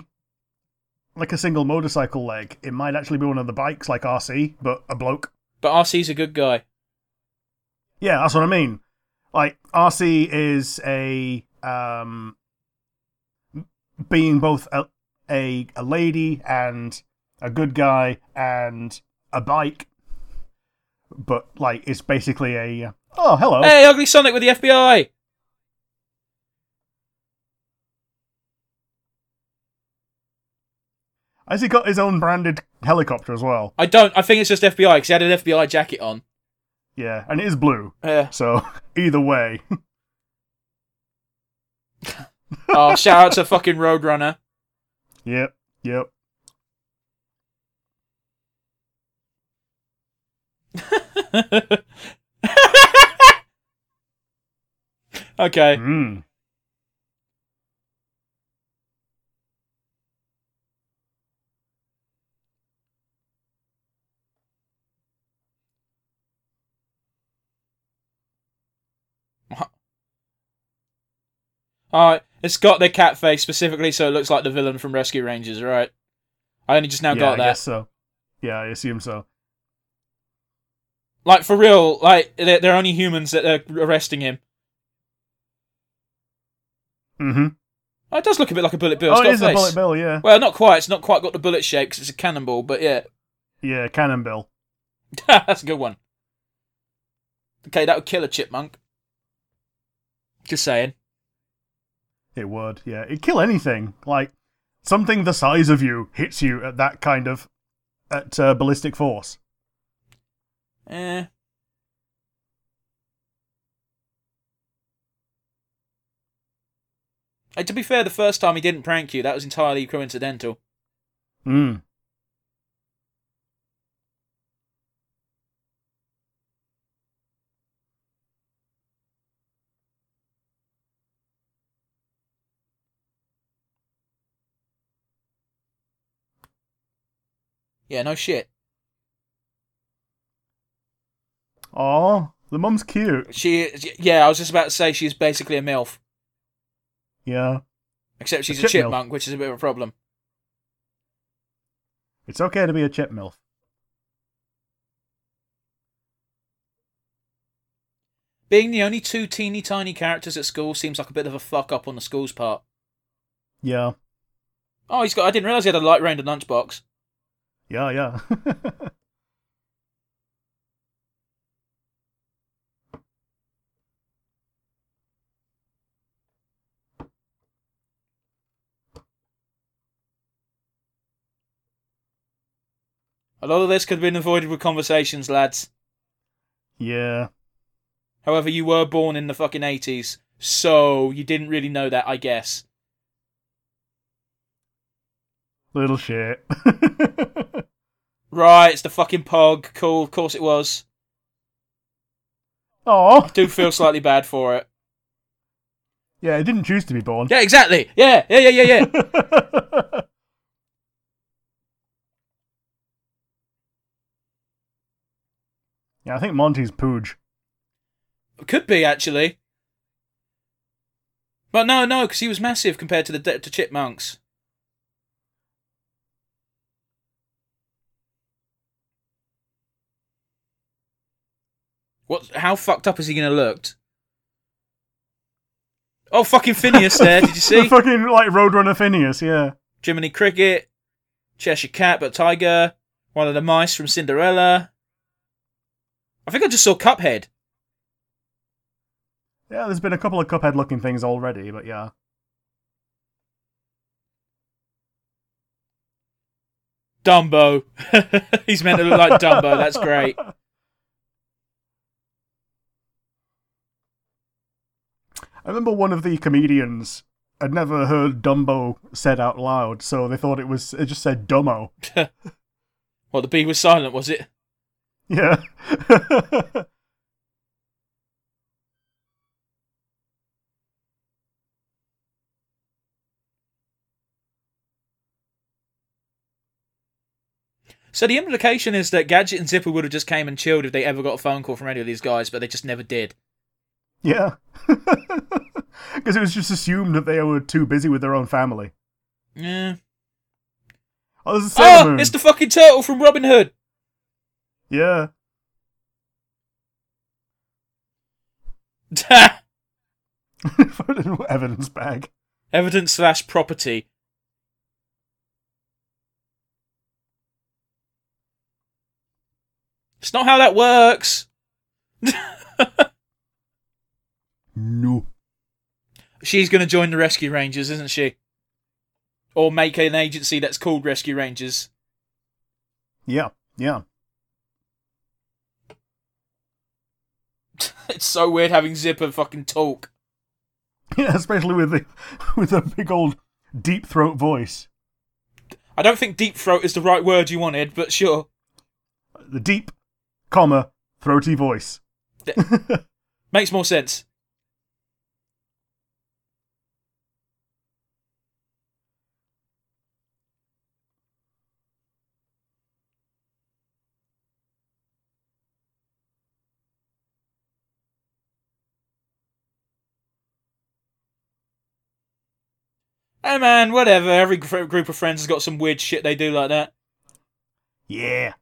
like a single motorcycle leg, it might actually be one of the bikes, like RC, but a bloke. But RC's a good guy. Yeah, that's what I mean. Like RC is a um, being both a, a a lady and a good guy and a bike, but like it's basically a uh, oh hello Hey, Ugly Sonic with the FBI! has he got his own branded helicopter as well? I don't. I think it's just FBI because he had an FBI jacket on. Yeah, and it is blue, Yeah. so [laughs] either way. Oh, [laughs] shout out to fucking Roadrunner. [laughs] Yep, yep. okay. Mm. All right. It's got the cat face specifically, so it looks like the villain from Rescue Rangers, right? I only just now yeah, got I that. guess so. Yeah, I assume so. Like for real, like they're, they're only humans that are arresting him. Mm-hmm. Oh, it does look a bit like a bullet bill. It's Oh, it got is face. a bullet bill. Yeah, Well, not quite. It's not quite got the bullet shape because it's a cannonball, but yeah, yeah, cannon bill. [laughs] that's a good one. Okay, that would kill a chipmunk. Just saying. It would. Yeah, it'd kill anything. Like something the size of you hits you at that kind of at uh, ballistic force. Eh. And to be fair, the first time he didn't prank you, that was entirely coincidental. Mm. Yeah, no shit. Aw, the mum's cute. She, yeah, I was just about to say she's basically a MILF, Yeah. except she's A a, chip chipmunk, which is a bit of a problem. It's okay to be a chip milf. Being the only two teeny tiny characters at school seems like a bit of a fuck up on the school's part. Yeah. Oh, he's got. I didn't realize he had a light round and lunchbox. Yeah, yeah. [laughs] A lot of this could have been avoided with conversations, lads. yeah. However, you were born in the fucking eighties, so you didn't really know that, I guess. Little shit. [laughs] Right, it's the fucking pog. Cool, of course it was. Aw. Do feel slightly bad for it. Yeah, it didn't choose to be born. [laughs] Yeah, exactly. Yeah, yeah, yeah, yeah, yeah. yeah, I think Monty's Pooge. Could be actually. But no, no, because he was massive compared to the de- to chipmunks. What? How fucked up is he gonna looked? Oh, fucking Phineas there! Did you The [laughs] see? fucking like Roadrunner Phineas, yeah. Jiminy Cricket, Cheshire Cat, but Tiger, one of the mice from Cinderella. I think I just saw Cuphead. Yeah, there's been a couple of Cuphead looking things already, but yeah. Dumbo. [laughs] He's meant to look like Dumbo. That's [laughs] great. I remember one of the comedians had never heard Dumbo said out loud, so they thought it was it just said Dumbo. [laughs] Well, the bee was silent, was it? Yeah. [laughs] So the implication is that Gadget and Zipper would have just came and chilled if they ever got a phone call from any of these guys, but they just never did. yeah. [laughs] Because it was just assumed that they were too busy with their own family. Yeah. Oh, there's a Sailor Oh, Moon. it's the fucking turtle from Robin Hood. [laughs] Yeah. [laughs] Fucking Evidence bag. Evidence slash property. It's not how that works. No. She's going to join the Rescue Rangers, isn't she? Or make an agency that's called Rescue Rangers. Yeah. Yeah. [laughs] It's so weird having Zipper fucking talk. Yeah, [laughs] especially with the with the big old deep throat voice. I don't think deep throat is the right word you wanted, but sure. The deep, comma, throaty voice. Makes more sense. Hey man, whatever. Every gr- group of friends has got some weird shit they do like that. Yeah.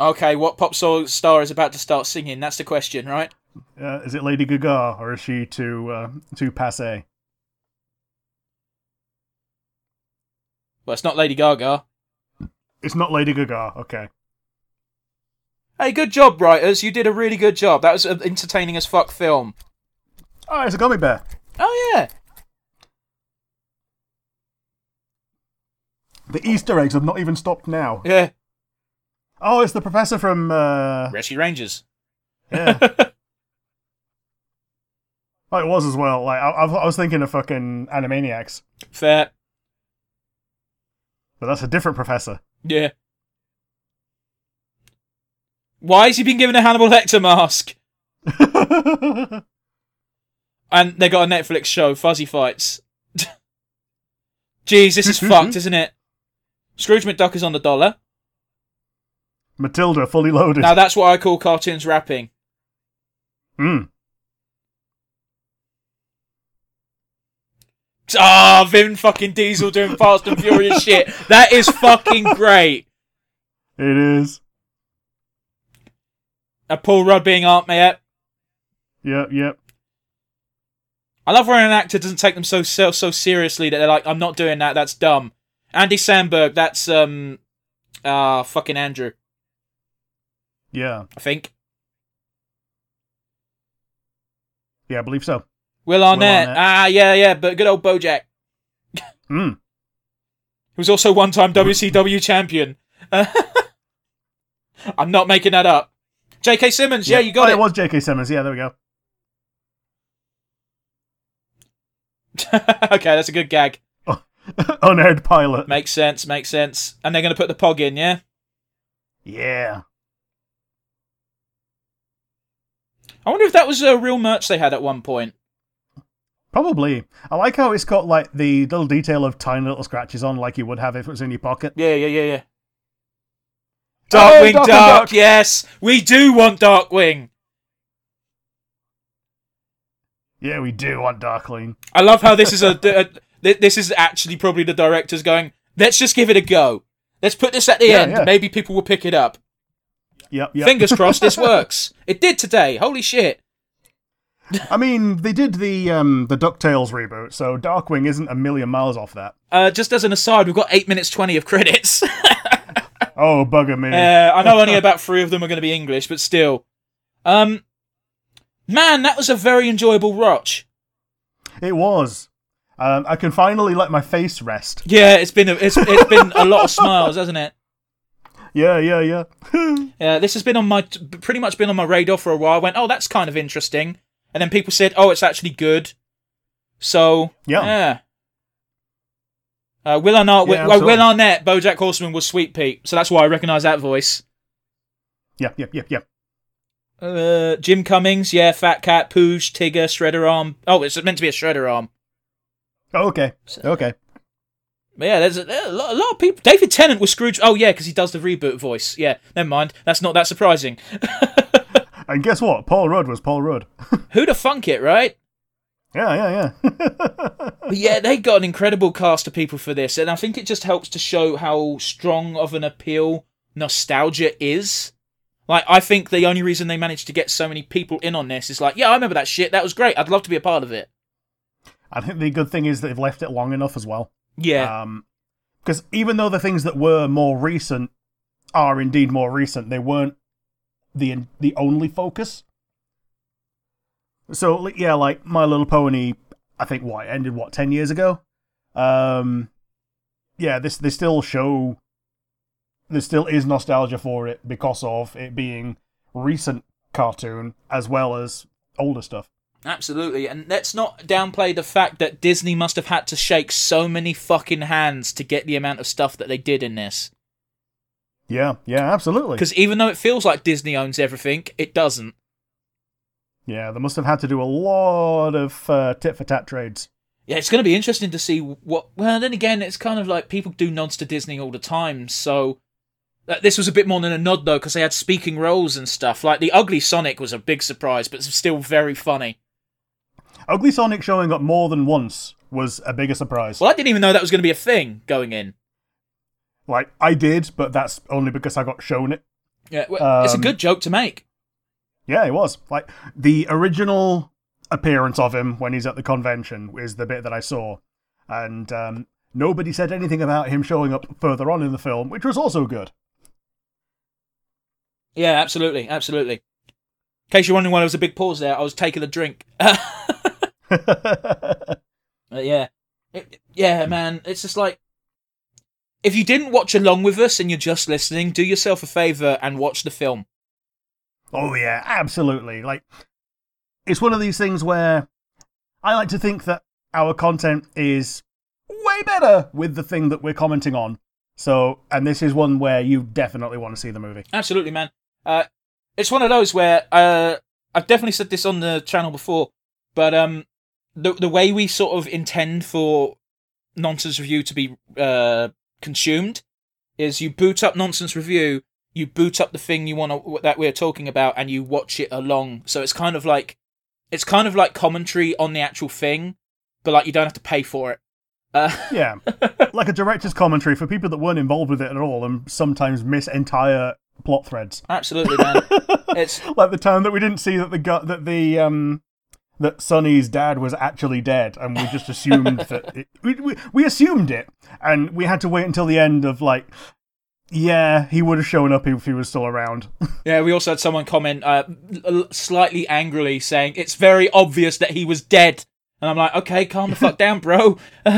Okay, what pop so- star is about to start singing? That's the question, right? Uh, is it Lady Gaga or is she too uh, too passe? Well, it's not Lady Gaga. It's not Lady Gaga. Okay. Hey, good job, writers. You did a really good job. That was an entertaining as fuck film. Oh, it's a gummy bear. Oh, yeah. The Easter eggs have not even stopped now. Yeah. Oh, it's the professor from. [laughs] Uh, Rescue Rangers. yeah. Oh, it was as well. Like I, I was thinking of fucking Animaniacs, Fair. but that's a different professor. [laughs] Yeah. Why has he been given a Hannibal Lecter mask? And they got a Netflix show, Fuzzy Fights. [laughs] Jeez, this [laughs] is fucked, isn't it? Scrooge McDuck is on the dollar. Matilda, fully loaded. Now that's what I call cartoons rapping. Mm. Ah, Vin fucking Diesel doing Fast and Furious shit. That is fucking great. It is. And Paul Rudd being Aunt Mayette. Yep, yep. I love when an actor doesn't take them so so, so seriously that they're like, "I'm not doing that. That's dumb." Andy Sandberg, that's um, ah, fucking Andrew, Yeah. I think. Yeah, I believe so. Will Arnett. Hmm. Arnett. Ah, yeah, yeah, but good old BoJack, Mm. who was also one-time WCW champion. [laughs] I'm not making that up. J.K. Simmons, yeah, you got oh, it. it was J.K. Simmons. Yeah, there we go. [laughs] [laughs] okay, that's a good gag. Unaired pilot. Makes sense. Makes sense. And they're gonna put the pog in, yeah. Yeah. I wonder if that was a real merch they had at one point. Probably. I like how it's got like the little detail of tiny little scratches on, like you would have if it was in your pocket. Yeah, yeah, yeah, yeah. Oh, Darkwing Duck, Darkwing Duck. yes, we do want Darkwing. Yeah, we do want Darkling. I love how this is a, [laughs] a thi- this is actually probably the directors going. Let's just give it a go. Let's put this at the Yeah, end. yeah. Maybe people will pick it up. Yep, yep. [laughs] Fingers crossed, this works. It did today. Holy shit! I mean, they did the um the Ducktales reboot, so Darkwing isn't a million miles off that. Uh, just as an aside, we've got eight minutes twenty of credits. [laughs] uh, Oh, bugger me. I know only about three of them are going to be English, but still. Um, man, that was a very enjoyable watch. It was. Um, I can finally let my face rest. Yeah, it's been a, it's, it's been a lot of smiles, hasn't it? Yeah, yeah, yeah. [laughs] Yeah, this has been on my pretty much been on my radar for a while. I went, oh, that's kind of interesting, and then people said, oh, it's actually good. So Yeah. Uh, Will Arnett, well, Yeah, Will absolutely. Arnett, BoJack Horseman was Sweet Pete, so that's why I recognise that voice. yeah, yeah, yeah, yeah. Uh, Jim Cummings, yeah, Fat Cat, Pooj, Tigger, Shredder Arm. Oh, it's meant to be a Shredder Arm. Oh, okay, okay. But yeah, there's a, there are a, lot, a lot of people. David Tennant was Scrooge. Oh yeah, because he does the reboot voice. Yeah, never mind. That's not that surprising. [laughs] And guess what? Paul Rudd was Paul Rudd. [laughs] Who the funk it, right? yeah, yeah, yeah. [laughs] But yeah, they got an incredible cast of people for this, and I think it just helps to show how strong of an appeal nostalgia is. Like, I think the only reason they managed to get so many people in on this is like, yeah, I remember that shit. That was great. I'd love to be a part of it. I think the good thing is that they've left it long enough as well. Yeah, Um, because even though the things that were more recent are indeed more recent, they weren't the the only focus. So li- yeah, like My Little Pony, I think what ended what ten years ago. Um, yeah, this they still show there still is nostalgia for it because of it being recent cartoon as well as older stuff. absolutely. And let's not downplay the fact that Disney must have had to shake so many fucking hands to get the amount of stuff that they did in this. Yeah, yeah, absolutely. Because even though it feels like Disney owns everything, it doesn't. Yeah, they must have had to do a lot of uh, tit for tat trades. Yeah, it's going to be interesting to see what. Well, then again, it's kind of like people do nods to Disney all the time, so uh, this was a bit more than a nod though, because they had speaking roles and stuff. Like the ugly Sonic was a big surprise, but still very funny. Ugly Sonic showing up more than once was a bigger surprise. Well, I didn't even know that was going to be a thing going in. Like I did, but that's only because I got shown it. Yeah, well, it's a Um, good joke to make. Yeah, it was like the original appearance of him when he's at the convention is the bit that I saw, and um, Nobody said anything about him showing up further on in the film, which was also good. [laughs] Yeah, absolutely, absolutely. In case you're wondering why there was a big pause there, I was taking a drink. [laughs] But yeah, It- yeah, man, it's just like if you didn't watch along with us and you're just listening, do yourself a favor and watch the film. Oh yeah, absolutely. Like it's one of these things where I like to think that our content is way better with the thing that we're commenting on. So, and this is one where you definitely want to see the movie. Absolutely, man. Uh, it's one of those where uh, I've definitely said this on the channel before, but um, the the way we sort of intend for nonsense review to be uh, consumed is you boot up nonsense review, you boot up the thing you want to that we're talking about, and you watch it along. So it's kind of like it's kind of like commentary on the actual thing, but like you don't have to pay for it. Uh, [laughs] Yeah. like a director's commentary for people that weren't involved with it at all and sometimes miss entire plot threads. absolutely, man. it's Like the time that we didn't see that the gu- that the um that Sonny's dad was actually dead, and we just assumed that it, we, we we assumed it, and we had to wait until the end of like, yeah, he would have shown up if he was still around. [laughs] Yeah, we also had someone comment uh, l- slightly angrily saying it's very obvious that he was dead, and I'm like, okay, calm the fuck down, bro. [laughs]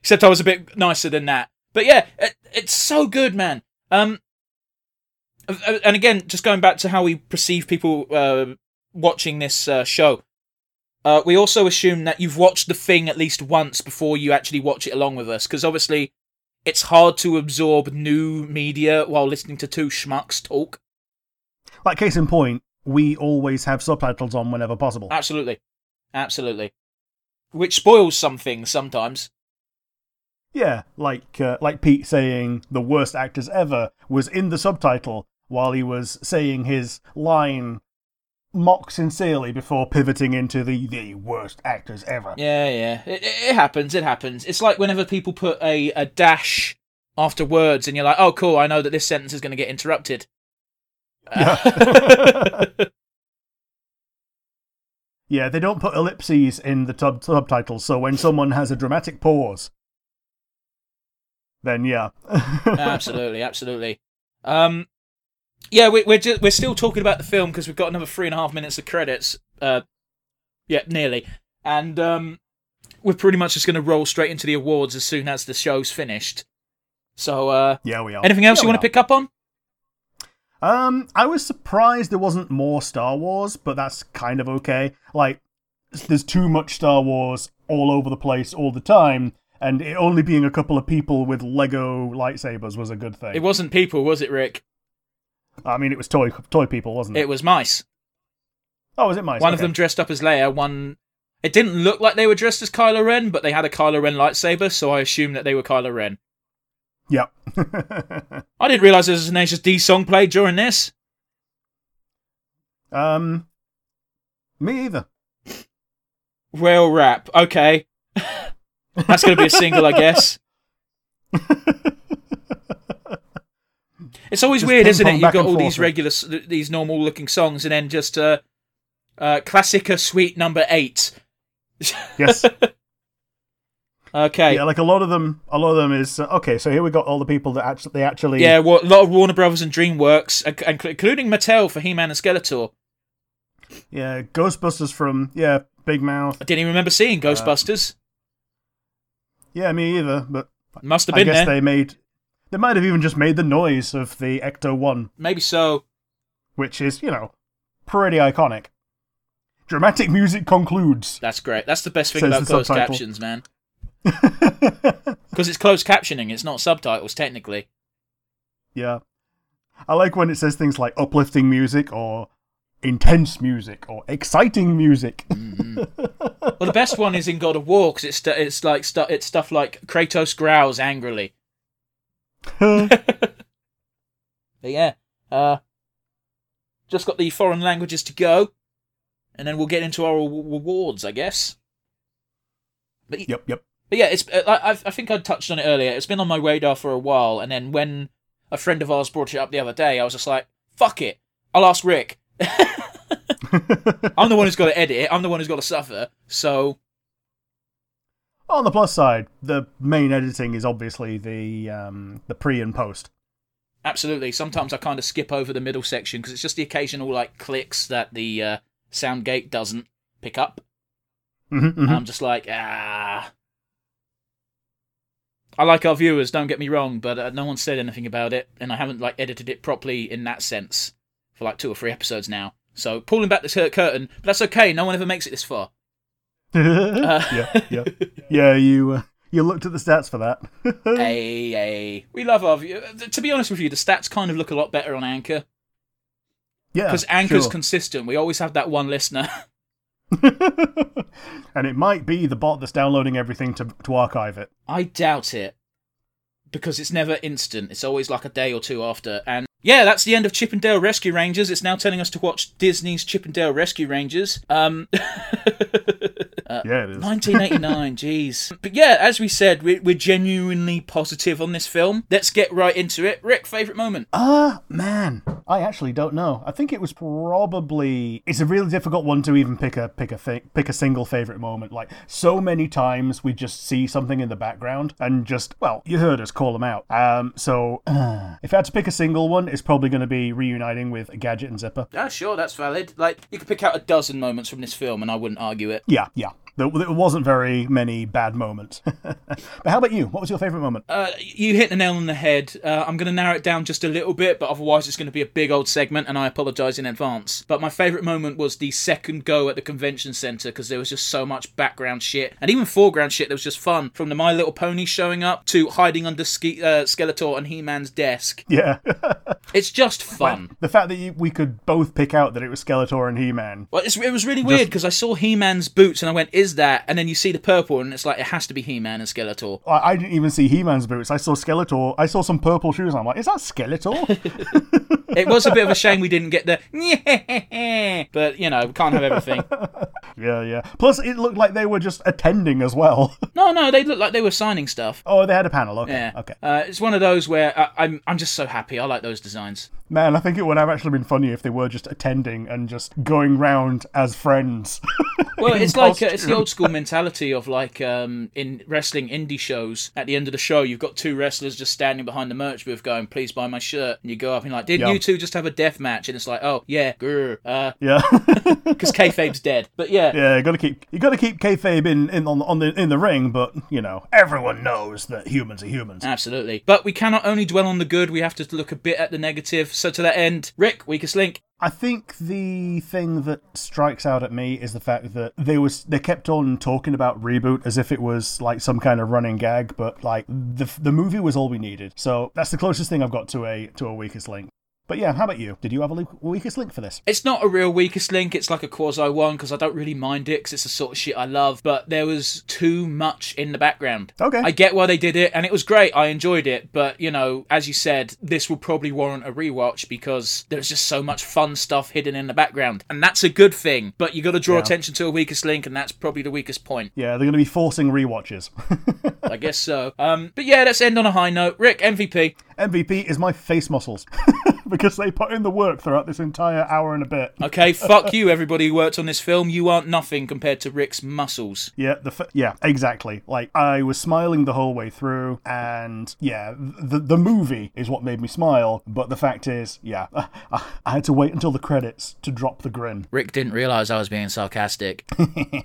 Except I was a bit nicer than that. But yeah, it, it's so good, man. Um, uh, and again, just going back to how we perceive people uh, watching this uh, show, uh, we also assume that you've watched the thing at least once before you actually watch it along with us, because obviously. It's hard to absorb new media while listening to two schmucks talk. like case in point, we always have subtitles on whenever possible. Absolutely. Absolutely. Which spoils some things sometimes. yeah, like uh, like Pete saying the worst actors ever was in the subtitle while he was saying his line mock sincerely before pivoting into the the worst actors ever. Yeah, yeah. It, it it happens, it happens. It's like whenever people put a, a dash after words and you're like, oh, cool, I know that this sentence is going to get interrupted. [laughs] Yeah, they don't put ellipses in the tub- subtitles, so when someone has a dramatic pause, then yeah. Uh, absolutely, absolutely. Um, yeah, we, we're ju- we're still talking about the film because we've got another three and a half minutes of credits. Uh, yeah, nearly, and um, we're pretty much just going to roll straight into the awards as soon as the show's finished. So, uh, [laughs] yeah, we are. anything else Yeah, you we want are. to pick up on? Um, I was surprised there wasn't more Star Wars, but that's kind of okay. Like, there's too much Star Wars all over the place all the time, and it only being a couple of people with Lego lightsabers was a good It thing. wasn't people, was it, Rick? I mean, it was toy toy people, wasn't it? It was mice. oh, was it mice? One of Okay. them dressed up as Leia. One. It didn't look like they were dressed as Kylo Ren, but they had a Kylo Ren lightsaber, so I assumed that they were Kylo Ren. Yep. I didn't realize there was an HSD song played during this. [laughs] um, me either. [laughs] Rail rap. Okay. [laughs] That's going to be a single, I guess. It's always Just weird, isn't it? ping-pong You've back got and all these forth. regular, s- th- these normal looking songs, and then just uh, uh, Classica Suite number eight. [laughs] Yes. Okay. Yeah, Yeah, like a lot of them. A lot of them is uh, okay. So here we got all the people that actually they actually wa- a lot of Warner Brothers and DreamWorks, ac- and- including Mattel for He Man and Skeletor. yeah Ghostbusters from yeah Big Mouth. I didn't even remember seeing Uh, Ghostbusters. Yeah, me either. But Must have I been guess there. they made. They might have even just made the noise of the Ecto One, Maybe so. which is you know pretty iconic. Dramatic music concludes. [laughs] That's great. That's the best thing Says about the closed subtitle. captions, man. Because it's closed captioning, it's not subtitles, technically. yeah, I like when it says things like uplifting music or intense music or exciting music. Well, the best one is in God of War because it's stu- it's like stu- it's stuff like Kratos growls angrily. [laughs] Mm. [laughs] But yeah, uh, just got the foreign languages to go, and then we'll get into our aw- awards, I guess. But y- yep, yep. But yeah, it's uh, I, I I think I touched on it earlier. It's been on my radar for a while, and then when a friend of ours brought it up the other day, I was just like, "Fuck it, I'll ask Rick." [laughs] I'm the one who's got to edit it. I'm the one who's got to suffer. So [laughs] On the plus side, the main editing is obviously the um, the pre and post. Absolutely. Sometimes I kind of skip over the middle section because it's just the occasional like clicks that the uh, sound gate doesn't pick up. Mhm, mhm. And I'm just like, ah. I like our viewers, don't get me wrong, but uh, no one said anything about it, and I haven't like edited it properly in that sense for like two or three episodes now. So pulling back the cur- curtain, but that's okay. No one ever makes it this [laughs] far. Uh, yeah, yeah, yeah. You uh, you looked at the stats for that. [laughs] Hey, hey, we love our view. uh, To be honest with you, the stats kind of look a lot better on Anchor yeah, because Anchor's sure. consistent. We always have that one listener. [laughs] [laughs] and it might be the bot that's downloading everything to to archive it. I doubt it because it's never instant. It's always like a day or two after. And yeah, that's the end of Chip and Dale Rescue Rangers. It's now telling us to watch Disney's Chip and Dale Rescue Rangers. Um, [laughs] Uh, yeah, it is. 1989, jeez. But yeah, as we said, we're, we're genuinely positive on this film. Let's get right into it. Rick, favorite moment? Ah, man, I actually don't know. I think it was probably. It's a really difficult one to even pick a pick a thing, pick a single favorite moment. Like so many times, we just see something in the background and just well, you heard us call them out. Um, so [sighs] uh, if I had to pick a single one, it's probably going to be reuniting with Gadget and Zipper. Ah, sure, that's valid. Like, you could pick out a dozen moments from this film and I wouldn't argue it. Yeah, yeah. There, there wasn't very many bad moments. [laughs] but how about you? What was your favorite moment? Uh, you hit the nail on the head. Uh, I'm going to narrow it down just a little bit, but otherwise it's going to be a big old segment, and I apologise in advance. But my favourite moment was the second go at the convention centre because there was just so much background shit and even foreground shit that was just fun. From the My Little Pony showing up to hiding under ske- uh, Skeletor and He Man's desk. yeah, [laughs] It's just fun. the fact that you, we could both pick out that it was Skeletor and He-Man. Well, it's, it was really weird because I saw He Man's boots and I went, "Is that?" And then you see the purple, and it's like it has to be He Man and Skeletor. I, I didn't even see He-Man's boots. I saw Skeletor. I saw some purple shoes. And I'm like, is that Skeletor? It was a bit of a shame we didn't get the, [laughs] but you know, we can't have everything. yeah, yeah. Plus, it looked like they were just attending as well. [laughs] No, no, they looked like they were signing stuff. oh, they had a panel. Okay, Yeah. okay. Uh, it's one of those where I, I'm I'm just so happy. I like those [laughs] designs. Man, I think it would have actually been funny if they were just attending and just going round as friends. [laughs] Well, In it's like uh, it's the costume. old school mentality of like um, in wrestling indie shows. At the end of the show, you've got two wrestlers just standing behind the merch booth, going, "Please buy my shirt." And you go up and you're like, "Did Yeah. you two just have a death match?" And it's like, "Oh yeah, grr," because yeah, [laughs] kayfabe's dead. But yeah, yeah. You gotta keep you gotta keep kayfabe in, in on, the- on the in the ring, but you know everyone knows that humans are humans. absolutely. But we cannot only dwell on the good; we have to look a bit at the negative. So to that end, Rick, weakest link. I think the thing that strikes out at me is the fact that they was they kept on talking about reboot as if it was like some kind of running gag, but like the the movie was all we needed. So that's the closest thing I've got to a to a weakest link. But yeah, how about you? Did you have a le- weakest link for this? It's not a real weakest link. It's like a quasi one because I don't really mind it because it's the sort of shit I love. But there was too much in the background. Okay. I get why they did it, and it was great. I enjoyed it, but you know, as you said, this will probably warrant a rewatch because there's just so much fun stuff hidden in the background, and that's a good thing. But you got to draw attention to a weakest link, and that's probably the weakest point. yeah, they're going to be forcing rewatches. [laughs] I guess so. Um, but yeah, let's end on a high note. Rick MVP. MVP is my face muscles [laughs] because they put in the work throughout this entire hour and a bit. Okay, fuck you, everybody who worked on this film. You aren't nothing compared to Rick's muscles. Yeah, the f- yeah, exactly. Like I was smiling the whole way through, and yeah, the the movie is what made me smile. But the fact is, yeah, [laughs] I, had to wait until the credits to drop the grin. Rick didn't realize I was being sarcastic.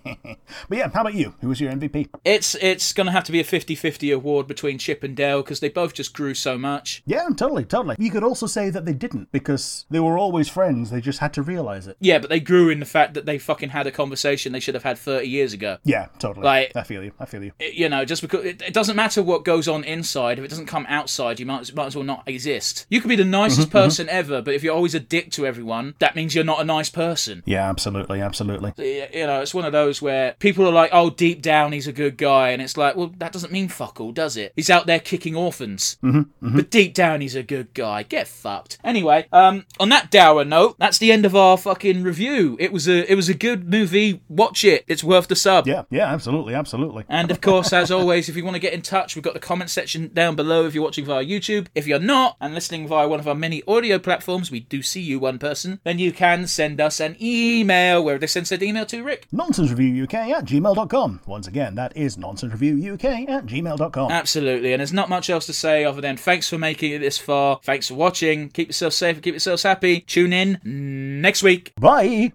But yeah, how about you? Who was your MVP? it's it's going to have to be a 50-50 award between Chip and Dale because they both just grew so much. Yeah, totally, totally. You could also say that they didn't because they were always friends. They just had to realize it. Yeah, but they grew in the fact that they fucking had a conversation they should have had 30 years ago. Yeah, totally. Like- I feel you. I feel you. It- you know, just because it, it doesn't matter what goes on inside, if it doesn't come outside, you might as, might as well not exist. You could be the nicest person ever, but if you're always a dick to everyone, that means you're not a nice person. Yeah, absolutely, absolutely. Y- You know, it's one of those where people are like, "Oh, deep down, he's a good guy," and it's like, "Well, that doesn't mean fuck all, does it?" He's out there kicking orphans, but deep down, he's a good guy. Get fucked. Anyway, um, on that dour note, that's the end of our fucking review. It was a it was a good movie. Watch it. It's worth the sub. Yeah, yeah, absolutely, absolutely. And of course, as always, if you want to get in touch, we've got the comment section down below if you're watching via YouTube. If you're not and listening via one of our many audio platforms, we do see you one person, then you can send us an email. Where do they send said email to, Rick? NonsenseReviewUK at gmail.com. Once again, that is NonsenseReviewUK at gmail.com. Uh, Absolutely. And there's not much else to say other than thanks for making it this far. Thanks for watching. Keep yourself safe and keep yourselves happy. Tune in next week. Bye!